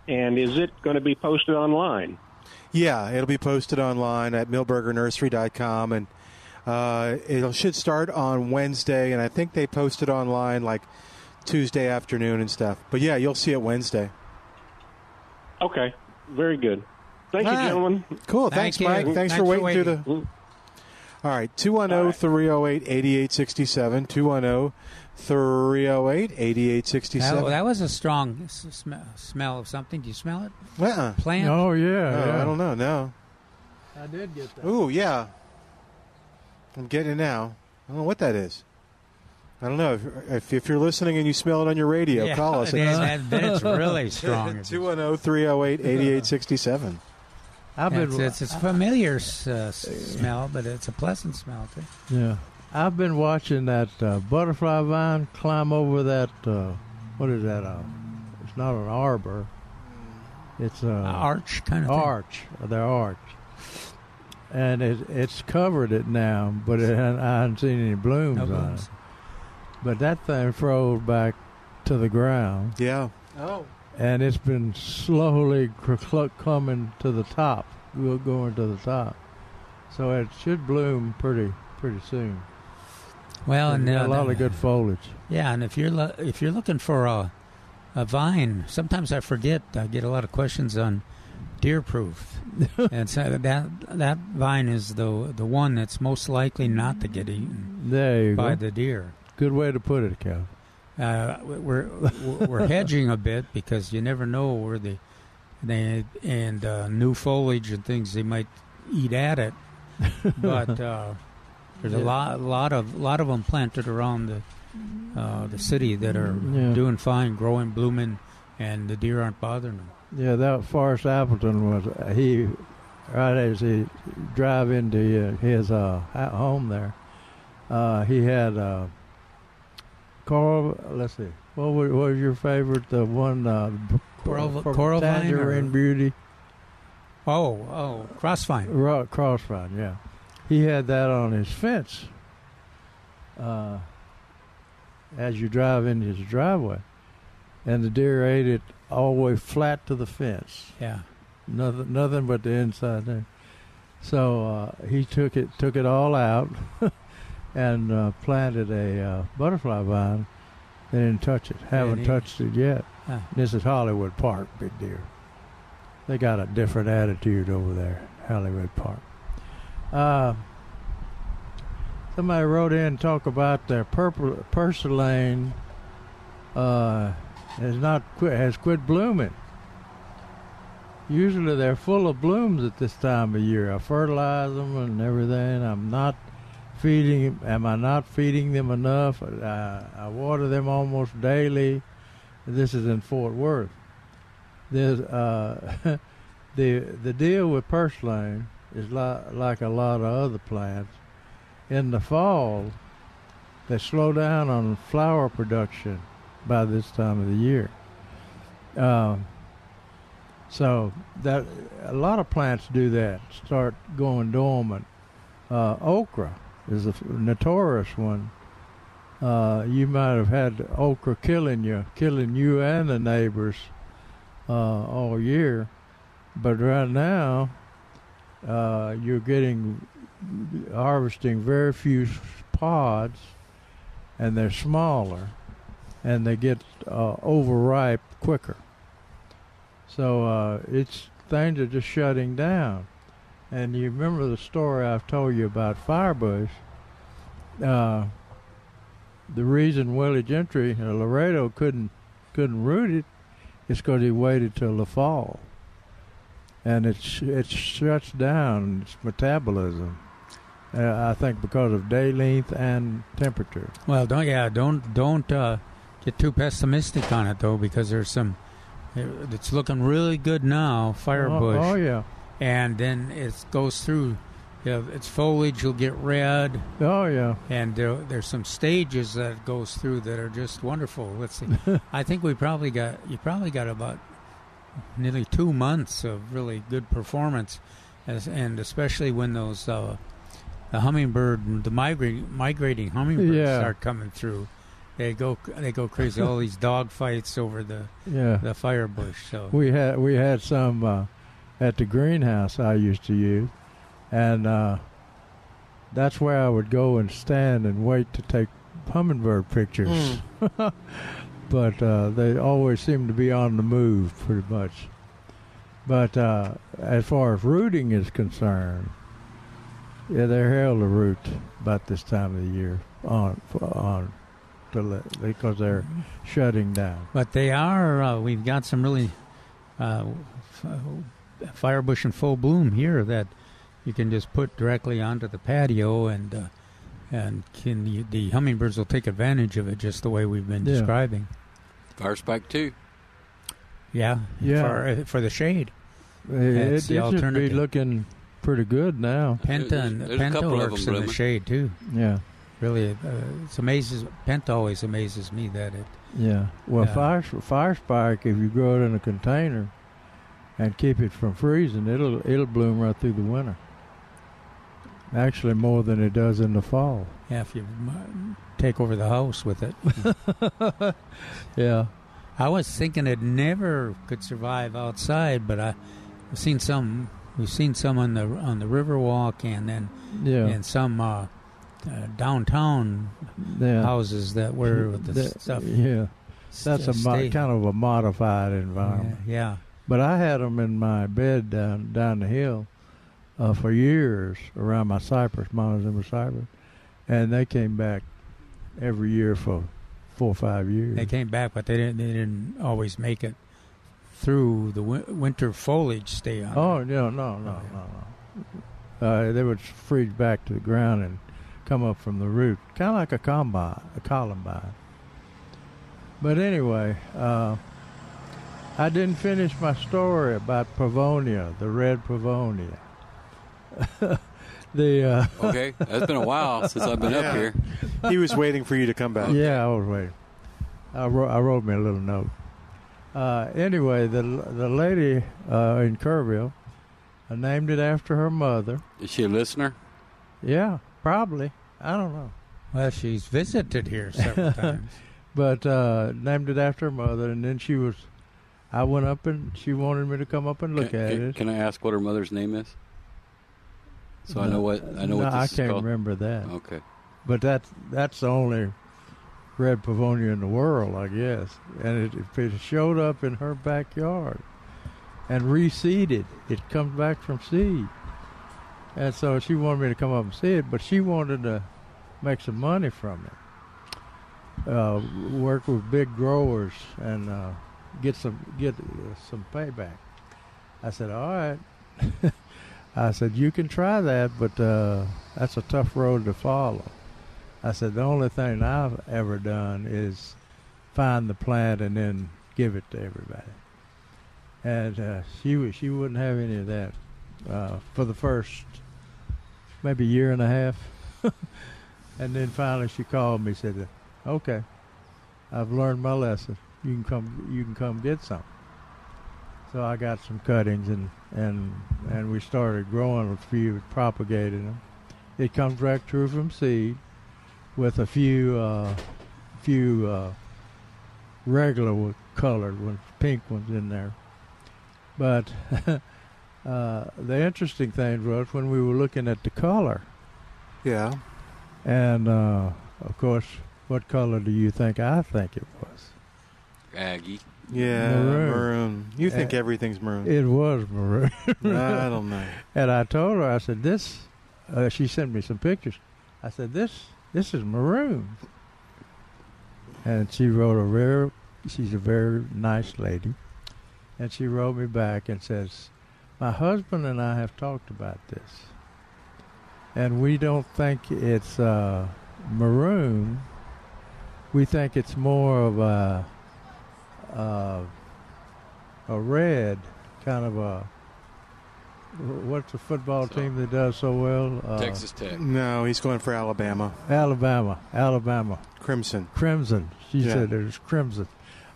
and is it going to be posted online? Yeah, it'll be posted online at millburgernursery.com and uh, it should start on Wednesday and I think they post it online like Tuesday afternoon and stuff. But yeah, you'll see it Wednesday. Okay, very good. Thank All you, right. gentlemen. Cool. Thank Thanks, you. Mike. Thanks, Thanks for for waiting through waiting. the. All right, 210 308 8867. 210 308 That, 8867. Oh, that was a strong s- sm- smell of something. Do you smell it? Uh-uh. Plant. Oh yeah, No, yeah. I don't know. No. I did get that. Ooh, yeah. I'm getting it now. I don't know what that is. I don't know. If, if, if you're listening and you smell it on your radio, Yeah, call us. it is. <laughs> That- that <laughs> is really strong. It's, 210 308 8867. I've been it's, it's a familiar s- uh, s- smell, but it's a pleasant smell too. yeah. I've been watching that uh, butterfly vine climb over that. Uh, what is that? Uh, it's not an arbor. It's uh, a Arch kind of thing. arch, the arch, and it, it's covered it now, but it, I haven't seen any blooms No on blooms. it. But that thing froze back to the ground, Yeah. Oh. and it's been slowly cr- cl- coming to the top, go- going to the top. So it should bloom pretty pretty soon. Well, and It's got uh, a lot of good foliage. Yeah, and if you're lo- if you're looking for a a vine, sometimes I forget. I get a lot of questions on deer <laughs> proof, and so that that vine is the the one that's most likely not to get eaten There you by go. the deer. Good way to put it, Cal. uh, we're we're hedging a bit because you never know where the they and uh, new foliage and things they might eat at it. But uh, there's a Yeah. lot lot of lot of them planted around the uh, the city that are Yeah. doing fine, growing, blooming, and the deer aren't bothering them. Yeah, that Forrest Appleton was uh, he right as he drive into his uh, ha- home there. Uh, he had uh, Coral. Let's see, what was, what was your favorite? The one uh, Coral- coral vine Tangerine or- Beauty. Oh, oh, crossvine. Ro- cross vine, yeah. He had that on his fence. Uh, as you drive into his driveway, and the deer ate it all the way flat to the fence. Yeah. Nothing, nothing but the inside there. So uh, he took it, took it all out, <laughs> and uh, planted a uh, butterfly vine. They didn't touch it. Haven't neat. touched it yet. Huh. This is Hollywood Park, big deer. They got a different attitude over there, Hollywood Park. Uh, somebody wrote in and talk about their purple purslane uh, has not quit, has quit blooming. Usually they're full of blooms at this time of year. I fertilize them and everything. I'm not feeding. Am I not feeding them enough? I, I water them almost daily. This is in Fort Worth. There's uh, <laughs> the the deal with purslane is li- like a lot of other plants. In the fall, they slow down on flower production by this time of the year. Um, so that a lot of plants do that, start going dormant. Uh, okra is a f- notorious one. Uh, you might have had okra killing you, killing you and the neighbors uh, all year, but right now uh, you're getting harvesting very few s- pods, and they're smaller, and they get uh, overripe quicker. So uh, it's things are just shutting down. And you remember the story I've told you about Firebush. Uh, the reason Willie Gentry and Laredo couldn't couldn't root it is because he waited till the fall, and it's it shuts down its metabolism. Uh, I think because of day length and temperature. Well, don't yeah, don't don't uh, get too pessimistic on it though, because there's some. It's looking really good now, firebush. Oh, oh, yeah, and then it goes through. You know, its foliage will get red, oh yeah. and there, there's some stages that it goes through that are just wonderful. Let's <laughs> see. I think we probably got you probably got about nearly two months of really good performance, as, and especially when those uh, the hummingbird, the migrating migrating hummingbirds Yeah. start coming through, they go they go crazy. All <laughs> these dog fights over the Yeah. the fire bush. So We had we had some uh, at the greenhouse I used to use, and uh, that's where I would go and stand and wait to take hummingbird pictures. Hmm. <laughs> but uh, they always seem to be on the move, pretty much. But uh, as far as rooting is concerned, yeah, they're hell to root about this time of the year on on to let, because they're Mm-hmm. shutting down. But they are. Uh, we've got some really uh, f- firebush in full bloom here that you can just put directly onto the patio, and uh, and can the, the hummingbirds will take advantage of it just the way we've been Yeah. describing. Fire Spike 2. Yeah, Yeah. For, for the shade, It, it, That's the it should be alternative. looking pretty good now. Penta There's- and there's a Penta couple of works them in the blooming. shade too. Yeah, Really, uh, it's amazes. Penta always amazes me that it. yeah. Well, Yeah. fire fire spike. If you grow it in a container and keep it from freezing, it'll it'll bloom right through the winter. Actually, more than it does in the fall. Yeah, if you m- take over the house with <laughs> it. Yeah, I was thinking it never could survive outside, but I, I've seen some. We've seen some on the on the Riverwalk, and then yeah, and some uh, uh, downtown yeah. houses that were with the That- stuff. Yeah, that's a st- mo- stay- kind of a modified environment. yeah, But I had them in my bed down down the hill uh, for years around my cypress, Montezuma cypress, and they came back every year for four or five years. They came back, but they didn't. They didn't always make it through the win- winter foliage stay on. Oh no, no, no, no, no. Uh, they would freeze back to the ground and come up from the root, kind of like a combine, a columbine. But anyway, uh, I didn't finish my story about Pavonia, the red Pavonia. <laughs> the uh, Okay, that's been a while since I've been up here. he was waiting for you to come <laughs> back. Yeah, I was waiting. I wrote, I wrote me a little note. Uh, anyway, the the lady uh, in Kerrville I named it after her mother. Is she a listener? Yeah, probably. I don't know. Well, she's visited here <laughs> several times. but uh, named it after her mother, and then she was. I went up and she wanted me to come up and look can, at can- it. Can I ask what her mother's name is? So I No, know what I no, know what this I is can't called. remember that. Okay. But that's that's the only red pavonia in the world, I guess. And it, it showed up in her backyard and reseeded. It comes back from seed, and so she wanted me to come up and see it. But she wanted to make some money from it. Uh, work with big growers and uh, get some get uh, some payback. I said, all right. <laughs> I said, you can try that, but uh, that's a tough road to follow. I said, the only thing I've ever done is find the plant and then give it to everybody. And uh, she wa- she wouldn't have any of that uh, for the first maybe year and a half, <laughs> and then finally she called me said, "Okay, I've learned my lesson. You can come you can come get some." So I got some cuttings and and and we started growing a few, propagating them. It comes right through from seed, with a few uh, few uh, regular wa- colored ones, pink ones in there. But <laughs> uh, the interesting thing was when we were looking at the color, Yeah. and uh, of course, what color do you think I think it was? Aggie. Yeah. Maroon. Maroon. You think Eh, everything's maroon. It was maroon. <laughs> <laughs> I don't know. And I told her, I said, "This." Uh, she sent me some pictures. I said, "This, this is maroon." And she wrote a very, she's a very nice lady, and she wrote me back and says, "My husband and I have talked about this, and we don't think it's uh, maroon. We think it's more of a, a, a red kind of a." What's the football So- team that does so well? Uh, Texas Tech. No, he's going for Alabama. Alabama, Alabama, Crimson. crimson. She Yeah. said it was crimson.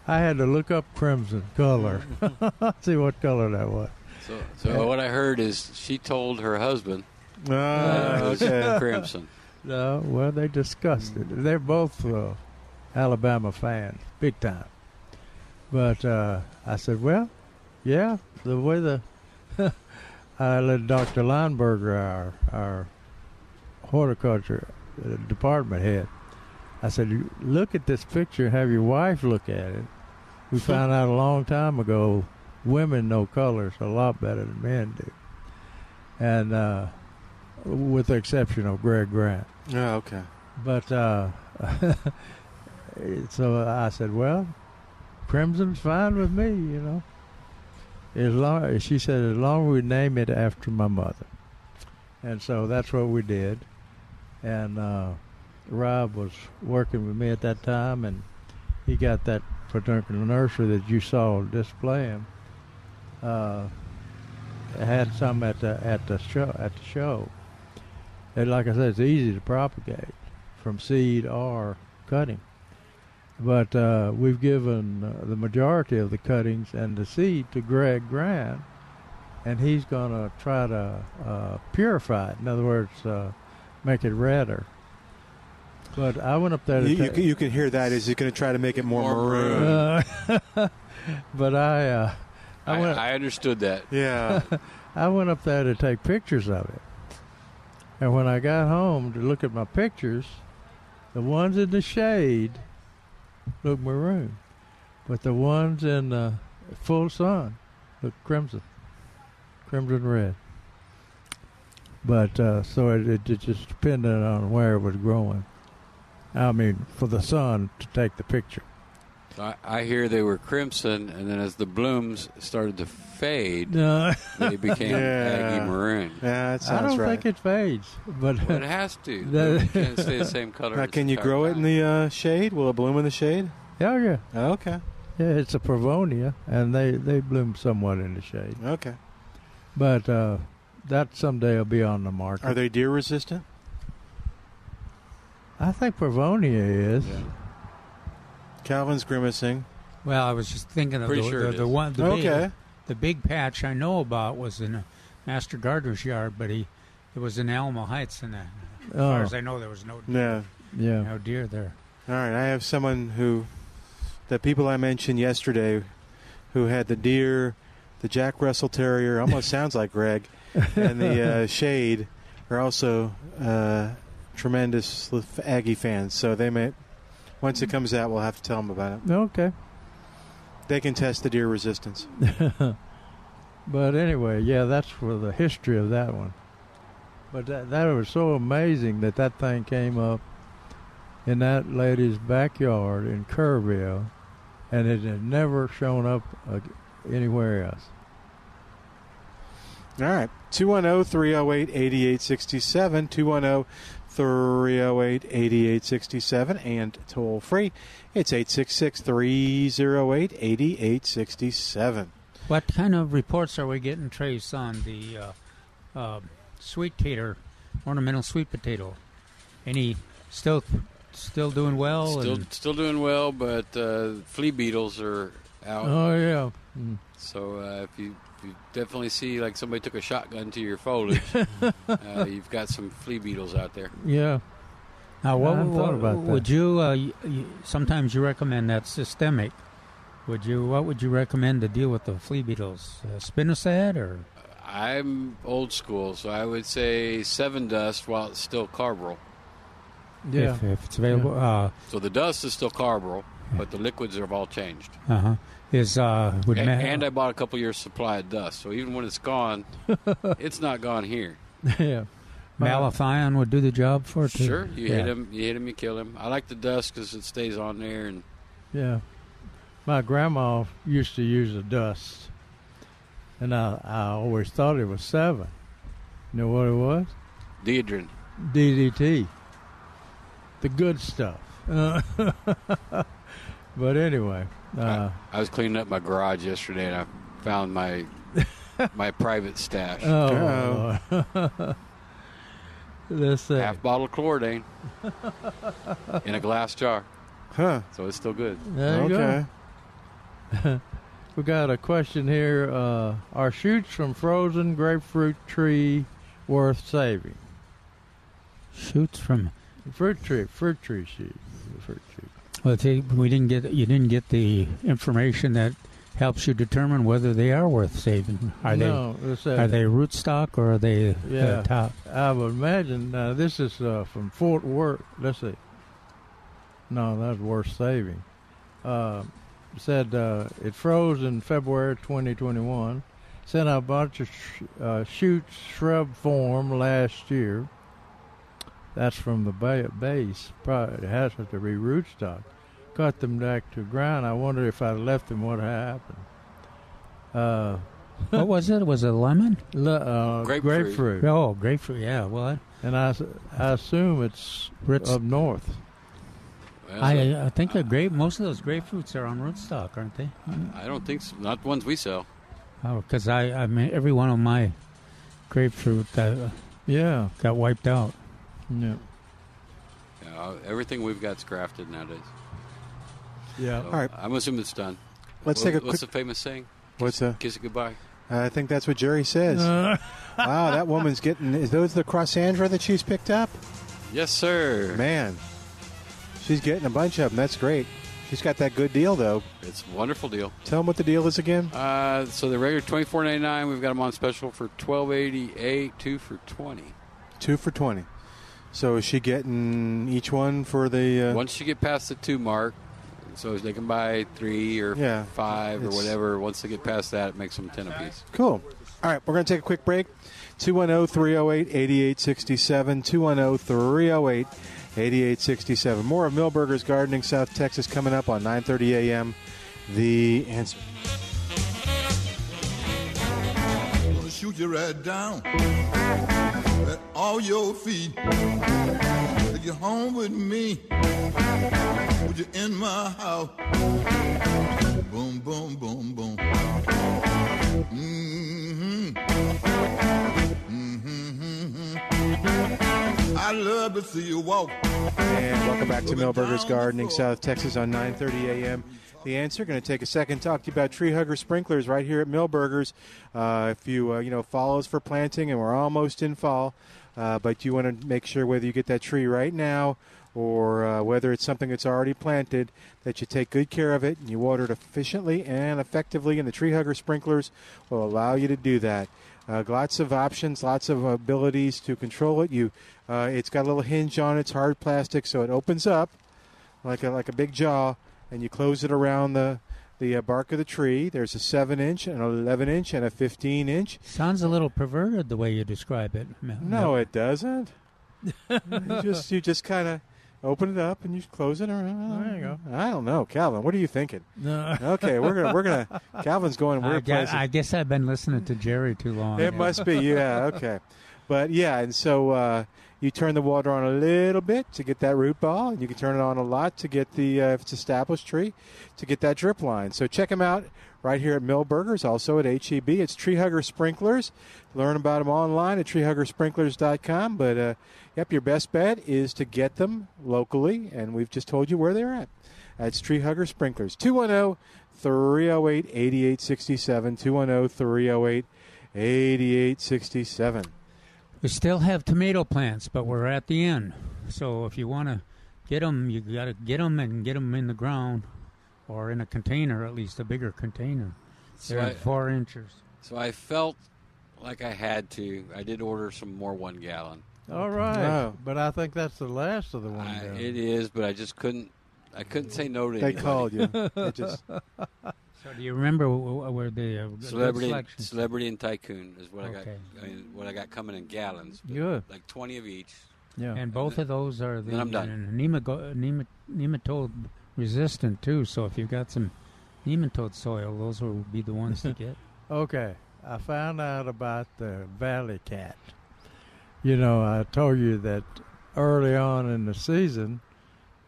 I had to look up crimson color, Mm-hmm. <laughs> see what color that was. So, so what I heard is she told her husband that it Ah, was okay. Crimson. No, well, they discussed it. They're both uh, Alabama fans, big time. But uh, I said, well, yeah, the way the <laughs> I let Dr. Lineberger, our, our horticulture uh, department head, I said, "You look at this picture. Have your wife look at it. We found out a long time ago, women know colors a lot better than men do, and uh, with the exception of Greg Grant." Ah, okay. But uh, <laughs> so I said, "Well, crimson's fine with me, you know." As long, she said, "As long as we name it after my mother," and so that's what we did. And uh, Rob was working with me at that time, and he got that particular nursery that you saw displaying. Uh, had some at the at the show at the show. And like I said, it's easy to propagate from seed or cutting. But uh, we've given uh, the majority of the cuttings and the seed to Greg Grant, and he's going to try to uh, purify it. In other words, uh, make it redder. But I went up there. to You, you, ta- can- you can hear that. Is he going to try to make it more, More maroon? maroon. uh, <laughs> but I, uh, I, I, went, I understood that. Yeah. <laughs> I went up there to take pictures of it. And when I got home to look at my pictures, the ones in the shade look maroon, but the ones in the full sun look crimson, crimson red. But uh, so it, it just depended on where it was growing. I mean, for the sun to take the picture. I, I hear they were crimson, and then as the blooms started to fade, No. they <laughs> <laughs> became Yeah. aggy maroon. Yeah, that I sounds don't right. think it fades, but <laughs> But it has to. That- It <laughs> can't stay the same color. Now, its can you entire grow it time. in the uh, shade? Will it bloom in the shade? <laughs> yeah, yeah, Okay. yeah. It's a Pavonia, and they they bloom somewhat in the shade, Okay. but uh, that someday will be on the market. Are they deer resistant? I think Pavonia is. Calvin's grimacing. Well, I was just thinking of Pretty the, sure the, it the is. one. The Okay. Big, the big patch I know about was in uh, Master Gardner's yard, but he it was in Alamo Heights, and uh, as far Oh. as I know, there was no No. Yeah. no deer there. All right. I have someone who, the people I mentioned yesterday, who had the deer, the Jack Russell <laughs> Terrier, almost sounds like Greg, and the uh, shade, are also uh, tremendous Aggie fans. So they may, once Mm-hmm. it comes out, we'll have to tell them about it. Okay. They can test the deer resistance. But anyway, yeah, that's for the history of that one. But that that was so amazing that that thing came up in that lady's backyard in Kerrville, and it had never shown up uh, anywhere else. All right. oh, 210 308 8867. 210 308 8867. And toll free, it's 866 308 8867. What kind of reports are we getting, Trace, on the uh, uh, sweet tater, ornamental sweet potato? Any still still doing well? Still, and- still doing well, but uh, flea beetles are out. Oh yeah, So uh, if you, if you definitely see like somebody took a shotgun to <laughs> your foliage, uh, you've got some flea beetles out there. yeah. Now, what, I hadn't what- thought about that. would you, uh, y- y- Sometimes you recommend that systemic. Would you? What would you recommend to deal with the flea beetles? Uh, spinosad or I'm old school, so I would say seven dust while it's still carbaryl. Yeah. if, if it's available? Uh, So the dust is still carbaryl, but the liquids have all changed. Uh, uh-huh. Is uh, would A- ma- and I bought a couple years' supply of dust, so even when it's gone, <laughs> it's not gone here. <laughs> yeah. Uh, malathion would do the job for it? too? Sure, you Yeah. hit him, you hit him, you kill him. I like the dust because it stays on there, and Yeah. My grandma used to use the dust. And I, I always thought it was seven. You know what it was? deodorant. DDT. The good stuff. Uh, <laughs> but anyway, uh, I was cleaning up my garage yesterday, and I <laughs> found my my private stash. oh, Lord. <laughs> let's see. Half bottle of chlordane in a glass jar, Huh. so it's still good. There you go. okay. <laughs> We got a question here. Uh, are shoots from frozen grapefruit tree worth saving? Shoots from. Fruit tree, fruit tree shoot, fruit tree. Well, they, we didn't get you didn't get the information that helps you determine whether they are worth saving. Are no, it's, uh, they are they rootstock or are they the Yeah. top? I would imagine uh, this is uh, from Fort Worth. Let's see. No, that's worth saving. Uh, said uh, it froze in February 2021. Sent out a bunch of sh- uh, shoot shrub form last year. That's from the ba- base. Probably it has to be rootstock. Cut them back to ground. I wonder if I left them, what happened? Uh, what was it? Was it lemon? le- uh, Grapefruit. grapefruit. Oh, grapefruit. Yeah. Well, I, And I, s- I assume it's Ritz- up north. Well, I, I think the grape. Most of those grapefruits are on rootstock, aren't they? I don't think so. not the ones we sell. Oh, because I, I mean, every one of my grapefruit uh, Yeah. got wiped out. Yeah. You know, everything we've got's grafted nowadays. So Yeah. All right. I'm assuming it's done. Let's What- take a What's quick. the famous saying? What's a, Kiss it goodbye. I think that's what Jerry says. wow, that woman's getting. Is those the crossandra that she's picked up? Yes, sir. Man, she's getting a bunch of them. That's great. She's got that good deal, though. It's a wonderful deal. Tell them what the deal is again. Uh, so the regular twenty four ninety nine. We've got them on special for twelve eighty eight, two for twenty. Two for 20. So is she getting each one for the. Uh, Once you get past the two mark, so they can buy three or Yeah, five or it's- whatever. Once they get past that, it makes them ten apiece. Cool. All right, we're going to take a oh, oh quick break. 210 308 8867. 210 308 8867. More of Millburgers Gardening South Texas coming up on 9:30 a.m. The answer. Gonna shoot you right down at all your feet. Take you home with me. Put you in my house. Boom, boom, boom, boom. Mm-hmm. Mm-hmm. I love to see you walk. And welcome back to Millburgers Gardening South Texas on 9:30 a.m. The answer. Going to take a second talk to you about tree hugger sprinklers right here at Millburgers. Uh, if you uh, you know fall is for planting, and we're almost in fall, uh, but you want to make sure whether you get that tree right now or uh, whether it's something that's already planted, that you take good care of it and you water it efficiently and effectively. And the tree hugger sprinklers will allow you to do that. Uh, lots of options, lots of abilities to control it. You, uh, it's got a little hinge on it. It's hard plastic, so it opens up like a, like a big jaw, and you close it around the the uh, bark of the tree. There's a seven inch, an eleven inch, and a fifteen inch. Sounds a little perverted the way you describe it. No, it doesn't. you just you just kind of open it up and you close it around. There you go. I don't know, Calvin. What are you thinking? No. Okay, we're gonna we're gonna. Calvin's going. We're I guess, placing- I guess I've been listening to Jerry too long. It Yeah. must be, yeah, okay. But yeah, and so uh, you turn the water on a little bit to get that root ball, and you can turn it on a lot to get the uh, if it's established tree, to get that drip line. So check them out right here at Millburgers, also at HEB. It's Tree Hugger Sprinklers. Learn about them online at treehuggersprinklers.com. But uh, yep, your best bet is to get them locally, and we've just told you where they're at. That's Tree Hugger Sprinklers. 210 308 8867. 210 308 8867. We still have tomato plants, but we're at the end. So if you want to get them, you got to get them and get them in the ground or in a container, at least a bigger container. So They're I- at four <laughs> inches. So I felt like I had to. I did order some more one gallon. All right. No. But I think that's the last of the one. I, down. it is, but I just couldn't. I couldn't say no to They anybody. <laughs> called you. They just, So do you remember wh- wh- where the uh, good Celebrity, selection- celebrity, and tycoon is what Okay. I got. I mean, what I got coming in gallons. but Good. Like twenty of each. Yeah. And both of those are the Then I'm done. and nemago- nema- nematode resistant too. So if you've got some nematode soil, those will be the ones <laughs> to get. Okay, I found out about the valley cat. You know, I told you that early on in the season,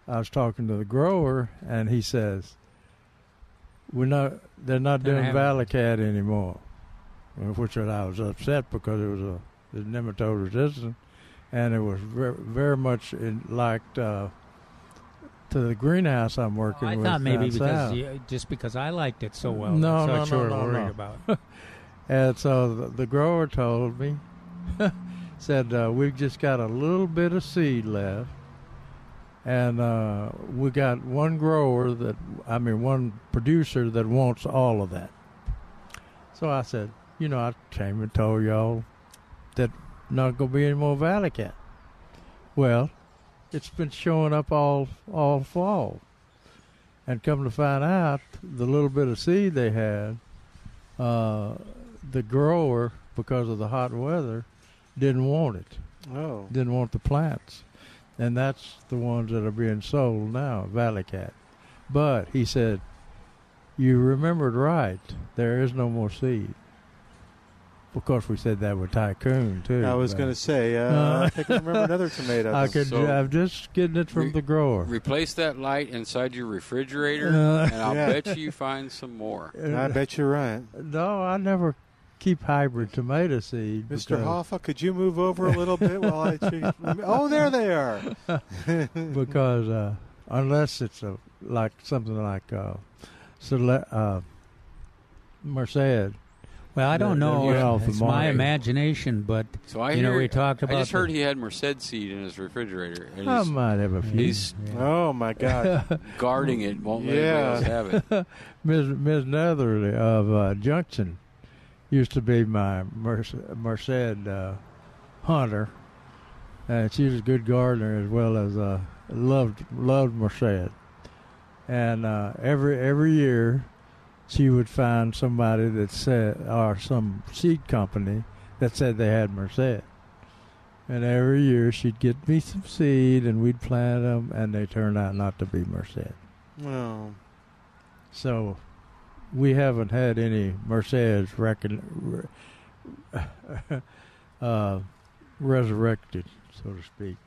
I was talking to the grower, and he says, "We're not. They're not They're doing having- valley cat anymore," which was- I was upset because it was a the nematode resistant, and it was ver- very much in, liked uh, to the greenhouse I'm working Oh, I with. thought down maybe because south. you, just because I liked it so well, No, that's no, what you no, were no, worried no. about. <laughs> <laughs> And so the, the grower told me, <laughs> said, uh, We've just got a little bit of seed left. And uh, we got one grower that, I mean, one producer that wants all of that. So I said, You know, I came and told y'all that not going to be any more Valley Cat. Well, it's been showing up all all fall. And come to find out, the little bit of seed they had, uh, the grower, because of the hot weather, didn't want it. oh, Didn't want the plants, and that's the ones that are being sold now, Valley Cat. But he said, "You remembered right. There is no more seed." Of course, we said that with Tycoon too. I was but going to say, uh, <laughs> Uh, I think I remember another <laughs> tomato. I could. So- I'm just getting it from Re- the grower. Replace that light inside your refrigerator, Uh, and I'll yeah. bet you find <laughs> some more. I bet you're right. No, I never keep hybrid tomato seed. Mr. because- Hoffa, could you move over a little bit while I check? Oh, there they are. <laughs> because uh, unless it's a like something like uh, sele- uh, Merced, Well, I don't They're- they're know. way off the It's my mark. imagination, but So I you hear, know we talked about. I just the- heard he had Merced seed in his refrigerator, and I he's might have a few. he's- Oh my God! <laughs> <laughs> guarding it. Won't let Yeah. anybody else have it. Ms. Ms. Netherly of uh, Junction used to be my Merced, Merced uh, hunter, and she was a good gardener as well as uh, loved loved Merced. And uh, every every year, she would find somebody that said or some seed company that said they had Merced, And every year she'd get me some seed, and we'd plant them, and they turned out not to be Merced. No. So we haven't had any Mercedes reckon, <laughs> uh, resurrected, so to speak.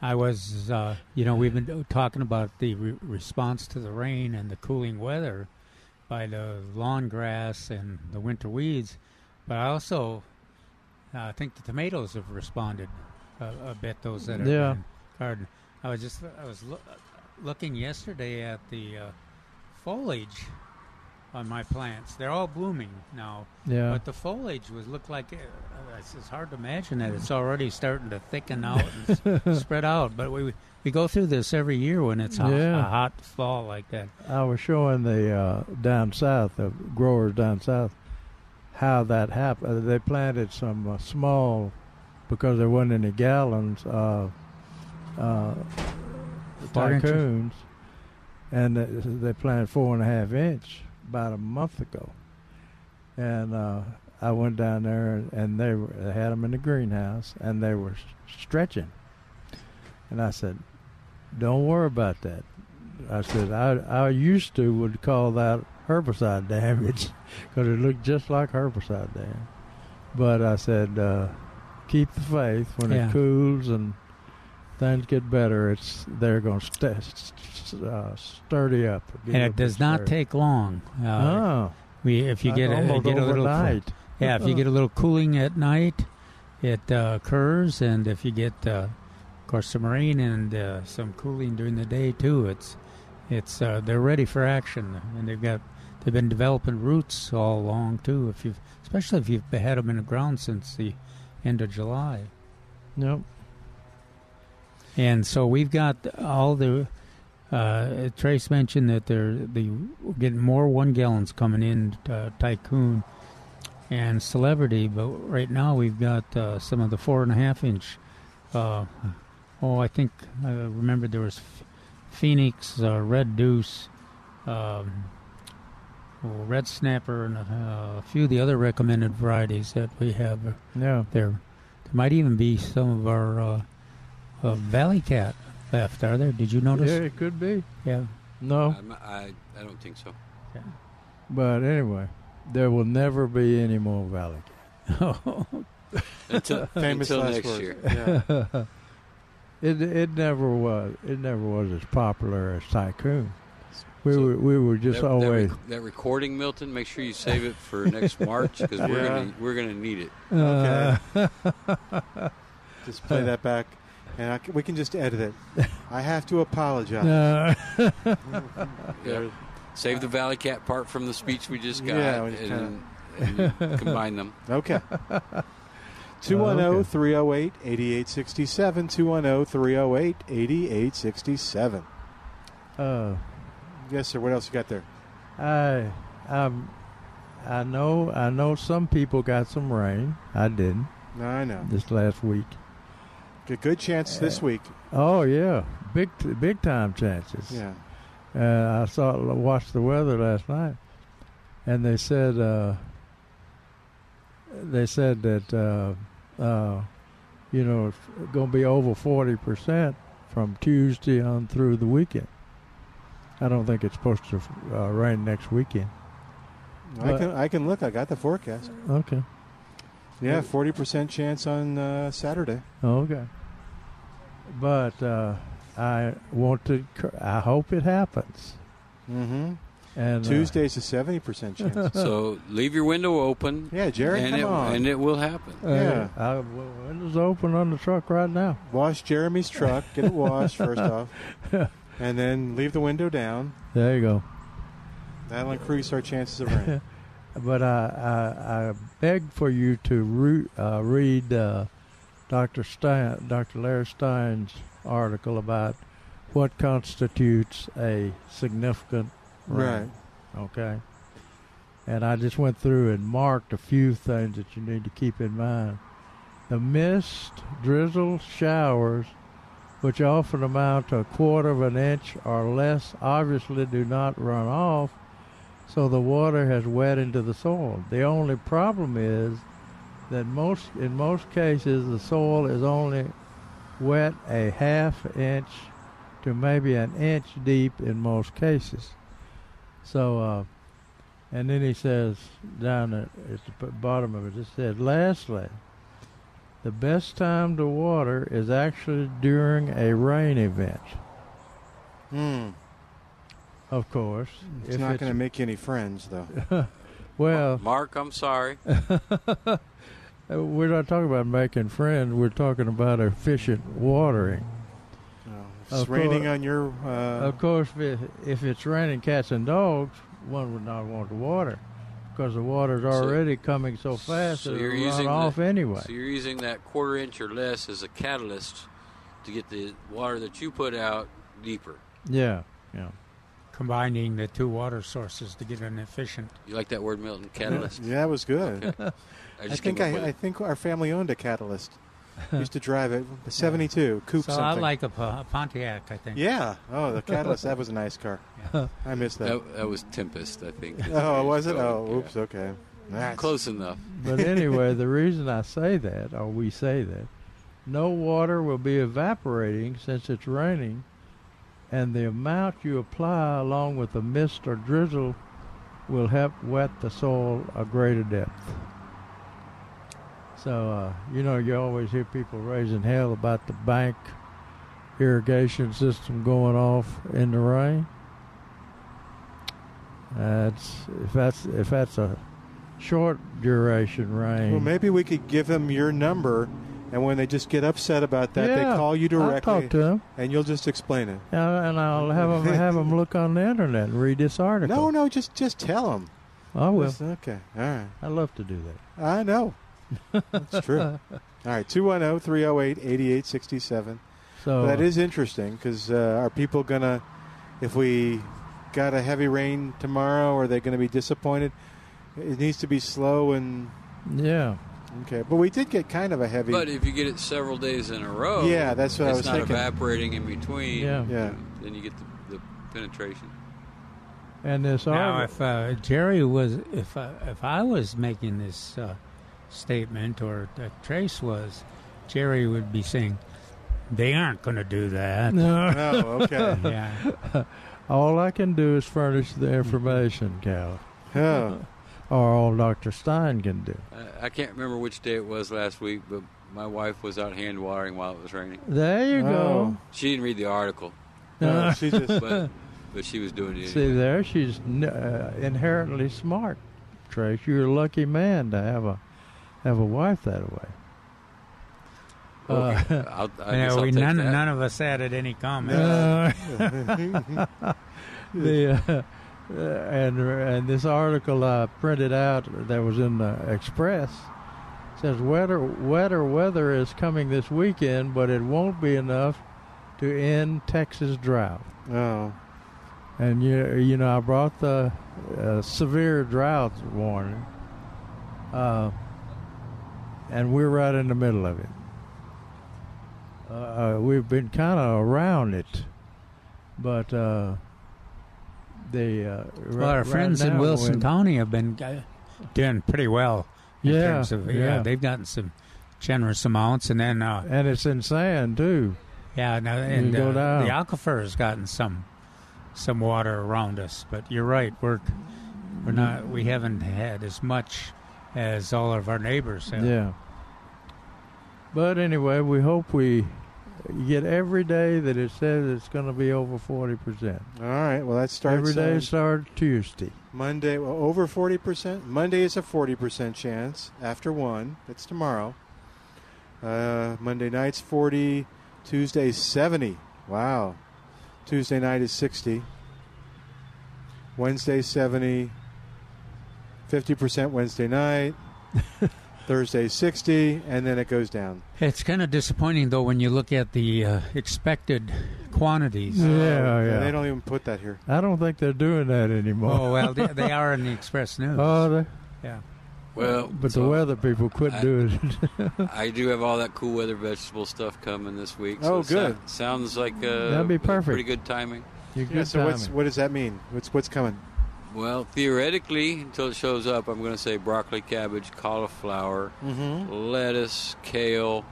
I was, uh, you know, we've been talking about the re- response to the rain and the cooling weather by the lawn grass and the winter weeds, but I also uh, think the tomatoes have responded uh, a bit. Those that are Yeah. in garden. I was just I was loo- looking yesterday at the uh, foliage on my plants. They're all blooming now. Yeah. But the foliage was looked like uh, it's, it's hard to imagine that it's already starting to thicken out and s- spread out. But we we go through this every year when it's a, Yeah. a hot fall like that. I was showing the uh, down south, the growers down south, how that happened. They planted some uh, small, because there wasn't any gallons, uh, uh, Four inches. tycoons, and they- they planted four and a half inch about a month ago. And uh, I went down there, and, and they, were, they had them in the greenhouse, and they were s- stretching. And I said, "Don't worry about that." I said, "I I used to would call that herbicide damage <laughs> because it looked just like herbicide damage." But I said, uh, "Keep the faith. When Yeah. it cools and things get better, it's they're going to st- st- uh, sturdy up." get and up it does not sturdy. take long. Uh, Oh. we if you Uh, get a, almost get a little cool- overnight. yeah, if you get a little cooling at night, it uh, occurs, and if you get, uh, of course, some rain and uh, some cooling during the day too, it's it's uh, they're ready for action, and they've got they've been developing roots all along too. If you've especially if you've had them in the ground since the end of July. Nope. And so we've got all the. Uh, Trace mentioned that they're the getting more one gallons coming in uh, tycoon and celebrity, but right now we've got uh, some of the four and a half inch. Uh, oh, I think I remember there was Phoenix, uh, Red Deuce, um, well, Red Snapper, and uh, a few of the other recommended varieties that we have yeah. there. There might even be some of our uh, uh, Valley Cat left, are there? Did you notice? Yeah, <laughs> it could be. Yeah. No. I'm- I, I don't think so. But anyway, there will never be any more Valley <laughs> Cat. Until- Famous until last <laughs> next words. year. Yeah. it it never was. It never was as popular as Tycoon. We were we were just that, that always. rec- that recording, Milton. Make sure you save it for next March because <laughs> we're Yeah. gonna we're gonna need it. Uh, <laughs> Okay. just play that back, and I c we can just edit it. I have to apologize. <laughs> No. <laughs> Yeah. Save the Valley Cat part from the speech we just got, Yeah, we just and, kinda- <laughs> and combine them. Okay. oh, 210 308 8867. 210 308 8867. Uh, Yes, sir. What else you got there? I I'm, I know I know some people got some rain. I didn't. No, I know. This last week. A good chance this week. Oh yeah, big big time chances. Yeah. Uh, I saw watched the weather last night, and they said uh, they said that uh, uh, you know it's going to be over forty percent from Tuesday on through the weekend. I don't think it's supposed to uh, rain next weekend. I But- can, I can look. I got the forecast. Okay. Yeah, 40% chance on uh, Saturday. Okay. But uh, I want to. cur- I hope it happens. Mm-hmm. And uh, Tuesday's a 70% chance. So leave your window open. Yeah, Jerry, and come it, on. and it will happen. uh, Yeah. I, well, window's open on the truck right now. Wash Jeremy's truck. Get <laughs> it <laughs> washed first off, and then leave the window down. There you go. That'll increase our chances of rain. <laughs> But I, I, I beg for you to re, uh, read uh, Dr. Stein, Dr. Larry Stein's article about what constitutes a significant rain. Okay. And I just went through and marked a few things that you need to keep in mind. The mist, drizzle, showers, which often amount to a quarter of an inch or less, obviously do not run off, so the water has wet into the soil. The only problem is that most in most cases the soil is only wet a half inch to maybe an inch deep in most cases. So, uh, and then he says down at, at the b- bottom of it, it said, lastly, the best time to water is actually during a rain event. Hmm. Of course, It's if not going to make you any friends, though. <laughs> <laughs> Oh. well, Mark, I'm sorry. Uh, <laughs> We're not talking about making friends. We're talking about efficient watering. if it's raining cour- on your, uh, of course, if, it- if it's raining cats and dogs, one would not want to water because the water's already coming so fast that it'll run the- off anyway. So you're using that quarter inch or less as a catalyst to get the water that you put out deeper. yeah, yeah. Combining the two water sources to get an efficient. You like that word, Milton? Catalyst. <laughs> yeah, it was good. Okay. I I just think came up with I, I it. think our family owned <laughs> a Catalyst. Used to drive it, seventy-two coupe so I something. like a, Po- Pontiac. I think. Yeah. Oh, the Catalyst. that was a <laughs> nice car. I missed that. That, that was Tempest, I think. <laughs> Oh, was it? Oh, oops. Okay. That's- Close enough. <laughs> But anyway, the reason I say that, or we say that, no water will be evaporating since it's raining, and the amount you apply along with the mist or drizzle will help wet the soil a greater depth. So, uh, you know, you always hear people raising hell about the bank irrigation system going off in the rain. That's if that's if that's a short duration rain. Well, maybe we could give them your number, and when they just get upset about that, they Yeah, call you I'll directly. talk to 'em. and you'll just explain it. Yeah, and I'll have them have 'em look on the internet and read this article. No, no, just just tell them. I will. Okay. All right. I love to do that. I know. That's <laughs> true. All right, oh, 210 308 8867. So, that uh, is interesting because uh, are people going to, if we got a heavy rain tomorrow, are they going to be disappointed? It needs to be slow and. Yeah. Okay, but we did get kind of a heavy. But if you get it several days in a row, Yeah, that's what I it's was not thinking. evaporating in between. Yeah. Yeah. Then you get the, the penetration. and this Now, article. if uh, Jerry was, if uh, if I was making this uh, statement or that Trace was, Jerry would be saying, "They aren't going to do that." <laughs> <laughs> Oh, okay. yeah. All I can do is furnish the information, Cal. Yeah. or all Dr. Stein can do. I, I can't remember which day it was last week, but my wife was out hand watering while it was raining. There you Oh. go. She didn't read the article. No, she just- but, but she was doing <laughs> it. See there, she's n- uh, inherently smart. Trace, you're a lucky man to have a have a wife that way. Okay. I'll- I yeah, guess I'll we take none, that. none of us added any comment. <laughs> Uh, <laughs> the uh, and and this article I printed out that was in the Express says wetter wetter weather is coming this weekend, but it won't be enough to end Texas drought. Oh. And you you know I brought the uh, severe drought warning, uh, and we're right in the middle of it. Uh, we've been kind of around it, but uh, the uh, right- well, our right friends in now Wilson when- County have been uh, doing pretty well. In Yeah, terms of, yeah, yeah. they've gotten some generous amounts, and then uh, and it's in sand too. yeah, now, You and go uh, down. the aquifer has gotten some some water around us. But you're right, we're we're not we haven't had as much as all of our neighbors have. Yeah. But anyway, we hope we get every day that it says it's going to be over forty percent. All right, well, Uh, that starts. uh, Every day on- start Tuesday. Monday, well, over 40%. Monday is a 40% chance after one. That's tomorrow. Uh, Monday night's 40. Tuesday 70. Wow. Tuesday night is 60. Wednesday 70. 50% Wednesday night. Thursday 60. And then it goes down. It's kind of disappointing though when you look at the uh, expected quantities. Yeah, yeah. They don't even put that here. I don't think they're doing that anymore. Oh well, they, <laughs> they are in the Express News. Oh, they- yeah. Well, but so the weather people quit I- doing it. <laughs> I do have all that cool weather vegetable stuff coming this week. Oh, it sou- good. sounds like uh, That'd be perfect. Pretty good timing. You're Yeah, so what's, what does that mean? What's, what's coming? Well, theoretically, until it shows up, I'm going to say broccoli, cabbage, cauliflower, Mhm. lettuce, kale,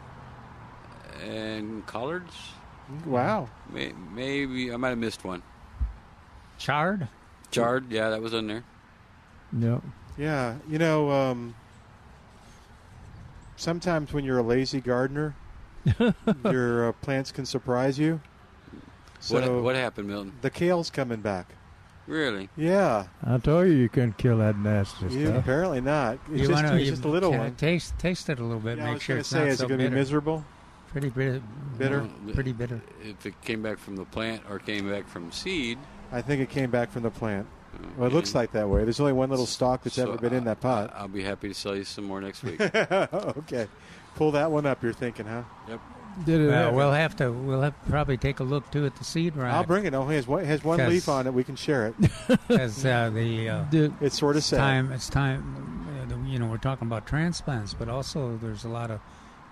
and collards. Wow. May- Maybe I might have missed one. Chard? Chard, yeah, that was in there. No. Yeah, you know, um, sometimes when you're a lazy gardener, <laughs> your uh, plants can surprise you. what, what happened, Milton? The kale's coming back. Really? Yeah, I told you you couldn't kill that nasty you, stuff. apparently not. It's You just, wanna- it's you just a little ta- one. Taste, taste it a little bit. Yeah, I make was sure gonna it's say, not is it so gonna be bitter. miserable? Pretty bitter. Bitter? Well, Pretty bitter. If it came back from the plant or came back from seed, I think it came back from the plant. Well, it looks like that way. There's only one little stalk that's So, uh, ever been in that pot. I'll be happy to sell you some more next week. <laughs> okay, pull that one up. You're thinking, huh? Yep. Did it Well, ever. we'll have to. We'll have probably take a look too at the seed round. I'll bring it. Only has one, has one Yes. leaf on it. We can share it. <laughs> Because <laughs> uh, the uh, it's sort of sad. time. It's time. uh, the- You know, we're talking about transplants, but also there's a lot of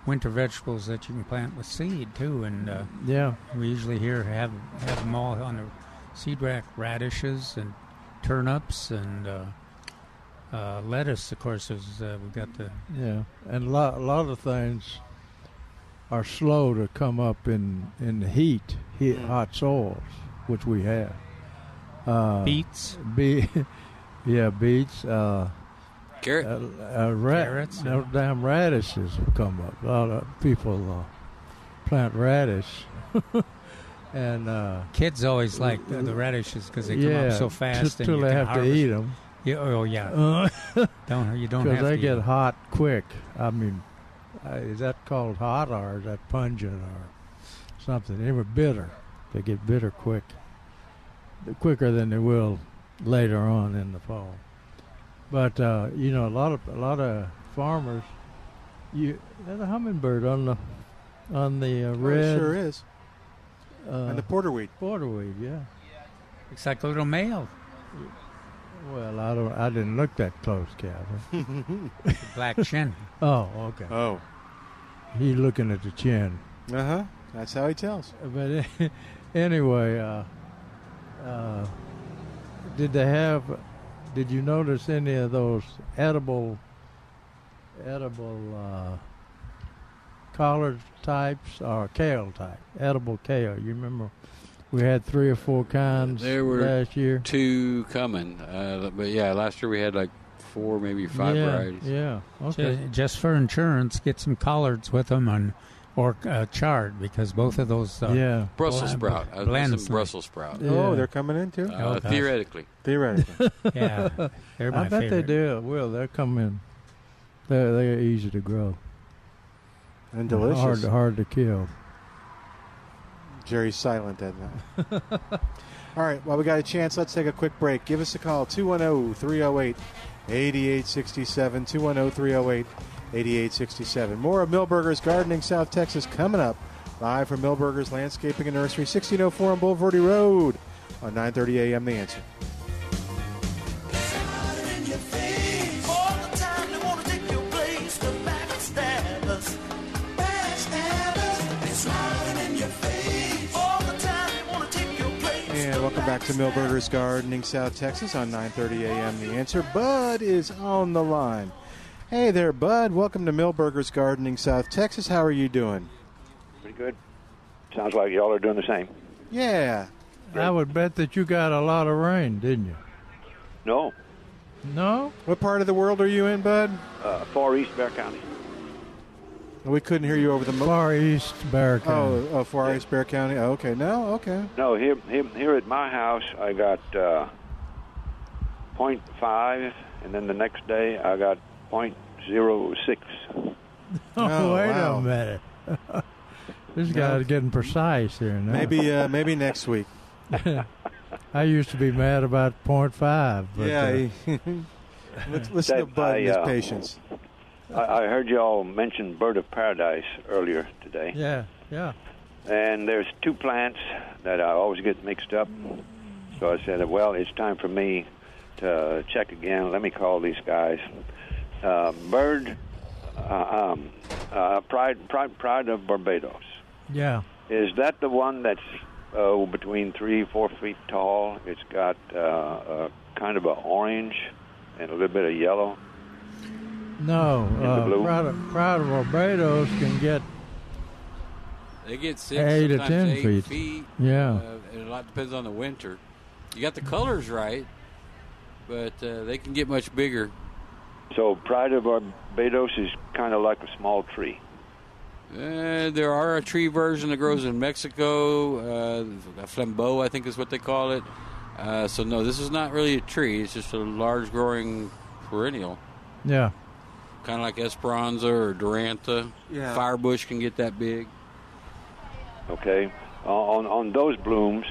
winter vegetables that you can plant with seed too. And uh, Yeah. we usually here have have them all on the seed rack: radishes and turnips and uh, uh, lettuce. Of course, is uh, we've got the Yeah, and a lot, a lot of things are slow to come up in in heat, heat Mm. hot soils, which we have. Uh, Beets? be, <laughs> yeah, beets. Uh, Carrot. uh, uh, ra- Carrots, no, yeah. damn radishes will come up. A lot of people uh, plant radish, <laughs> and uh, kids always like the, the radishes because they come yeah, up so fast. and till you they can have harvest. to eat them. Yeah, oh <laughs> yeah. don't you don't have because to they eat get 'em. hot quick. I mean, uh, is that called hot or is that pungent or something? They were bitter. They get bitter quick, They're quicker than they will later on in the fall. But uh, you know, a lot of a lot of farmers, you there's a hummingbird on the on the uh, Oh, it red uh, sure is. and the porterweed. Porterweed, yeah. Looks like a little male. Well, I don't. I didn't look that close, Calvin. Black chin. oh, okay. Oh. He's looking at the chin. Uh huh. That's how he tells. But <laughs> anyway, uh, uh, did they have? Did you notice any of those edible, edible uh, collard types or kale type? Edible kale. You remember we had three or four kinds There were last year. two coming, uh, but yeah, last year we had like four, maybe five <laughs> yeah, varieties. Yeah. Okay. Ju- Just for insurance, get some collards with them and or uh, chard because both of those. Uh, Yeah. Brussels bland- sprout. I was bland missing is nice. Brussels sprout. Oh, they're coming in too. Uh, theoretically. Theoretically. <laughs> <laughs> Yeah, they're my I bet favorite. they do. Will they're coming? They're they're easy to grow. And delicious. Hard hard to kill. Jerry's silent at that. All right, well, we got a chance. Let's take a quick break. Give us a call oh, 210 308 8867. 210 308 8867. More of Millburgers Gardening South Texas coming up live from Millburgers Landscaping and Nursery, 1604 on Boulevardy Road on 9:30 a.m. The answer. All the time they wanna take your place to backstab us. Backstab us. They're smiling in your face. All the time they wanna take your place. And welcome back to Millburgers Gardening South Texas on 9:30 a.m. The answer Bud is on the line. Hey there Bud, welcome to Millburgers Gardening South Texas. How are you doing? Pretty good. Sounds like y'all are doing the same. Yeah. I would bet that you got a lot of rain, didn't you? No, No. What part of the world are you in, Bud? uh, Far East Bear County. We couldn't hear you over the mo- Far East Bear County. Oh, oh Far East Bear County. Oh, okay, no, okay. No, here, here, here at my house, I got uh, 0.5, and then the next day I got 0.06. Oh, Oh, wait wow. a minute. <laughs> this No. guy's getting precise here now. Maybe uh, maybe <laughs> next week. I used to be mad about point five. But, yeah. uh, he- Let's listen to That Bud and his I, uh, patience. I, I heard y'all mention Bird of Paradise earlier today. yeah, yeah. And there's two plants that I always get mixed up. So I said, well, it's time for me to check again. Let me call these guys. Uh, Bird, uh, um, uh, Pride, Pride, Pride of Barbados. <laughs> Yeah. Is that oh, the one that's uh, between three, four feet tall? It's got uh, a kind of a orange and a little bit of yellow. No, the uh, blue? Pride, of, Pride of Barbados can get They get six, Eight to sometimes ten eight feet. Yeah. uh, and a lot depends on the winter. You got the colors right, but uh, they can get much bigger. So Pride of Barbados is kind of like a small tree. Uh, there are a tree version that grows in Mexico, uh, a flambeau, I think is what they call it. Uh, so no, this is not really a tree. It's just a large growing perennial, yeah. kind of like Esperanza or Duranta. Yeah. Firebush can get that big. Okay. On on those blooms,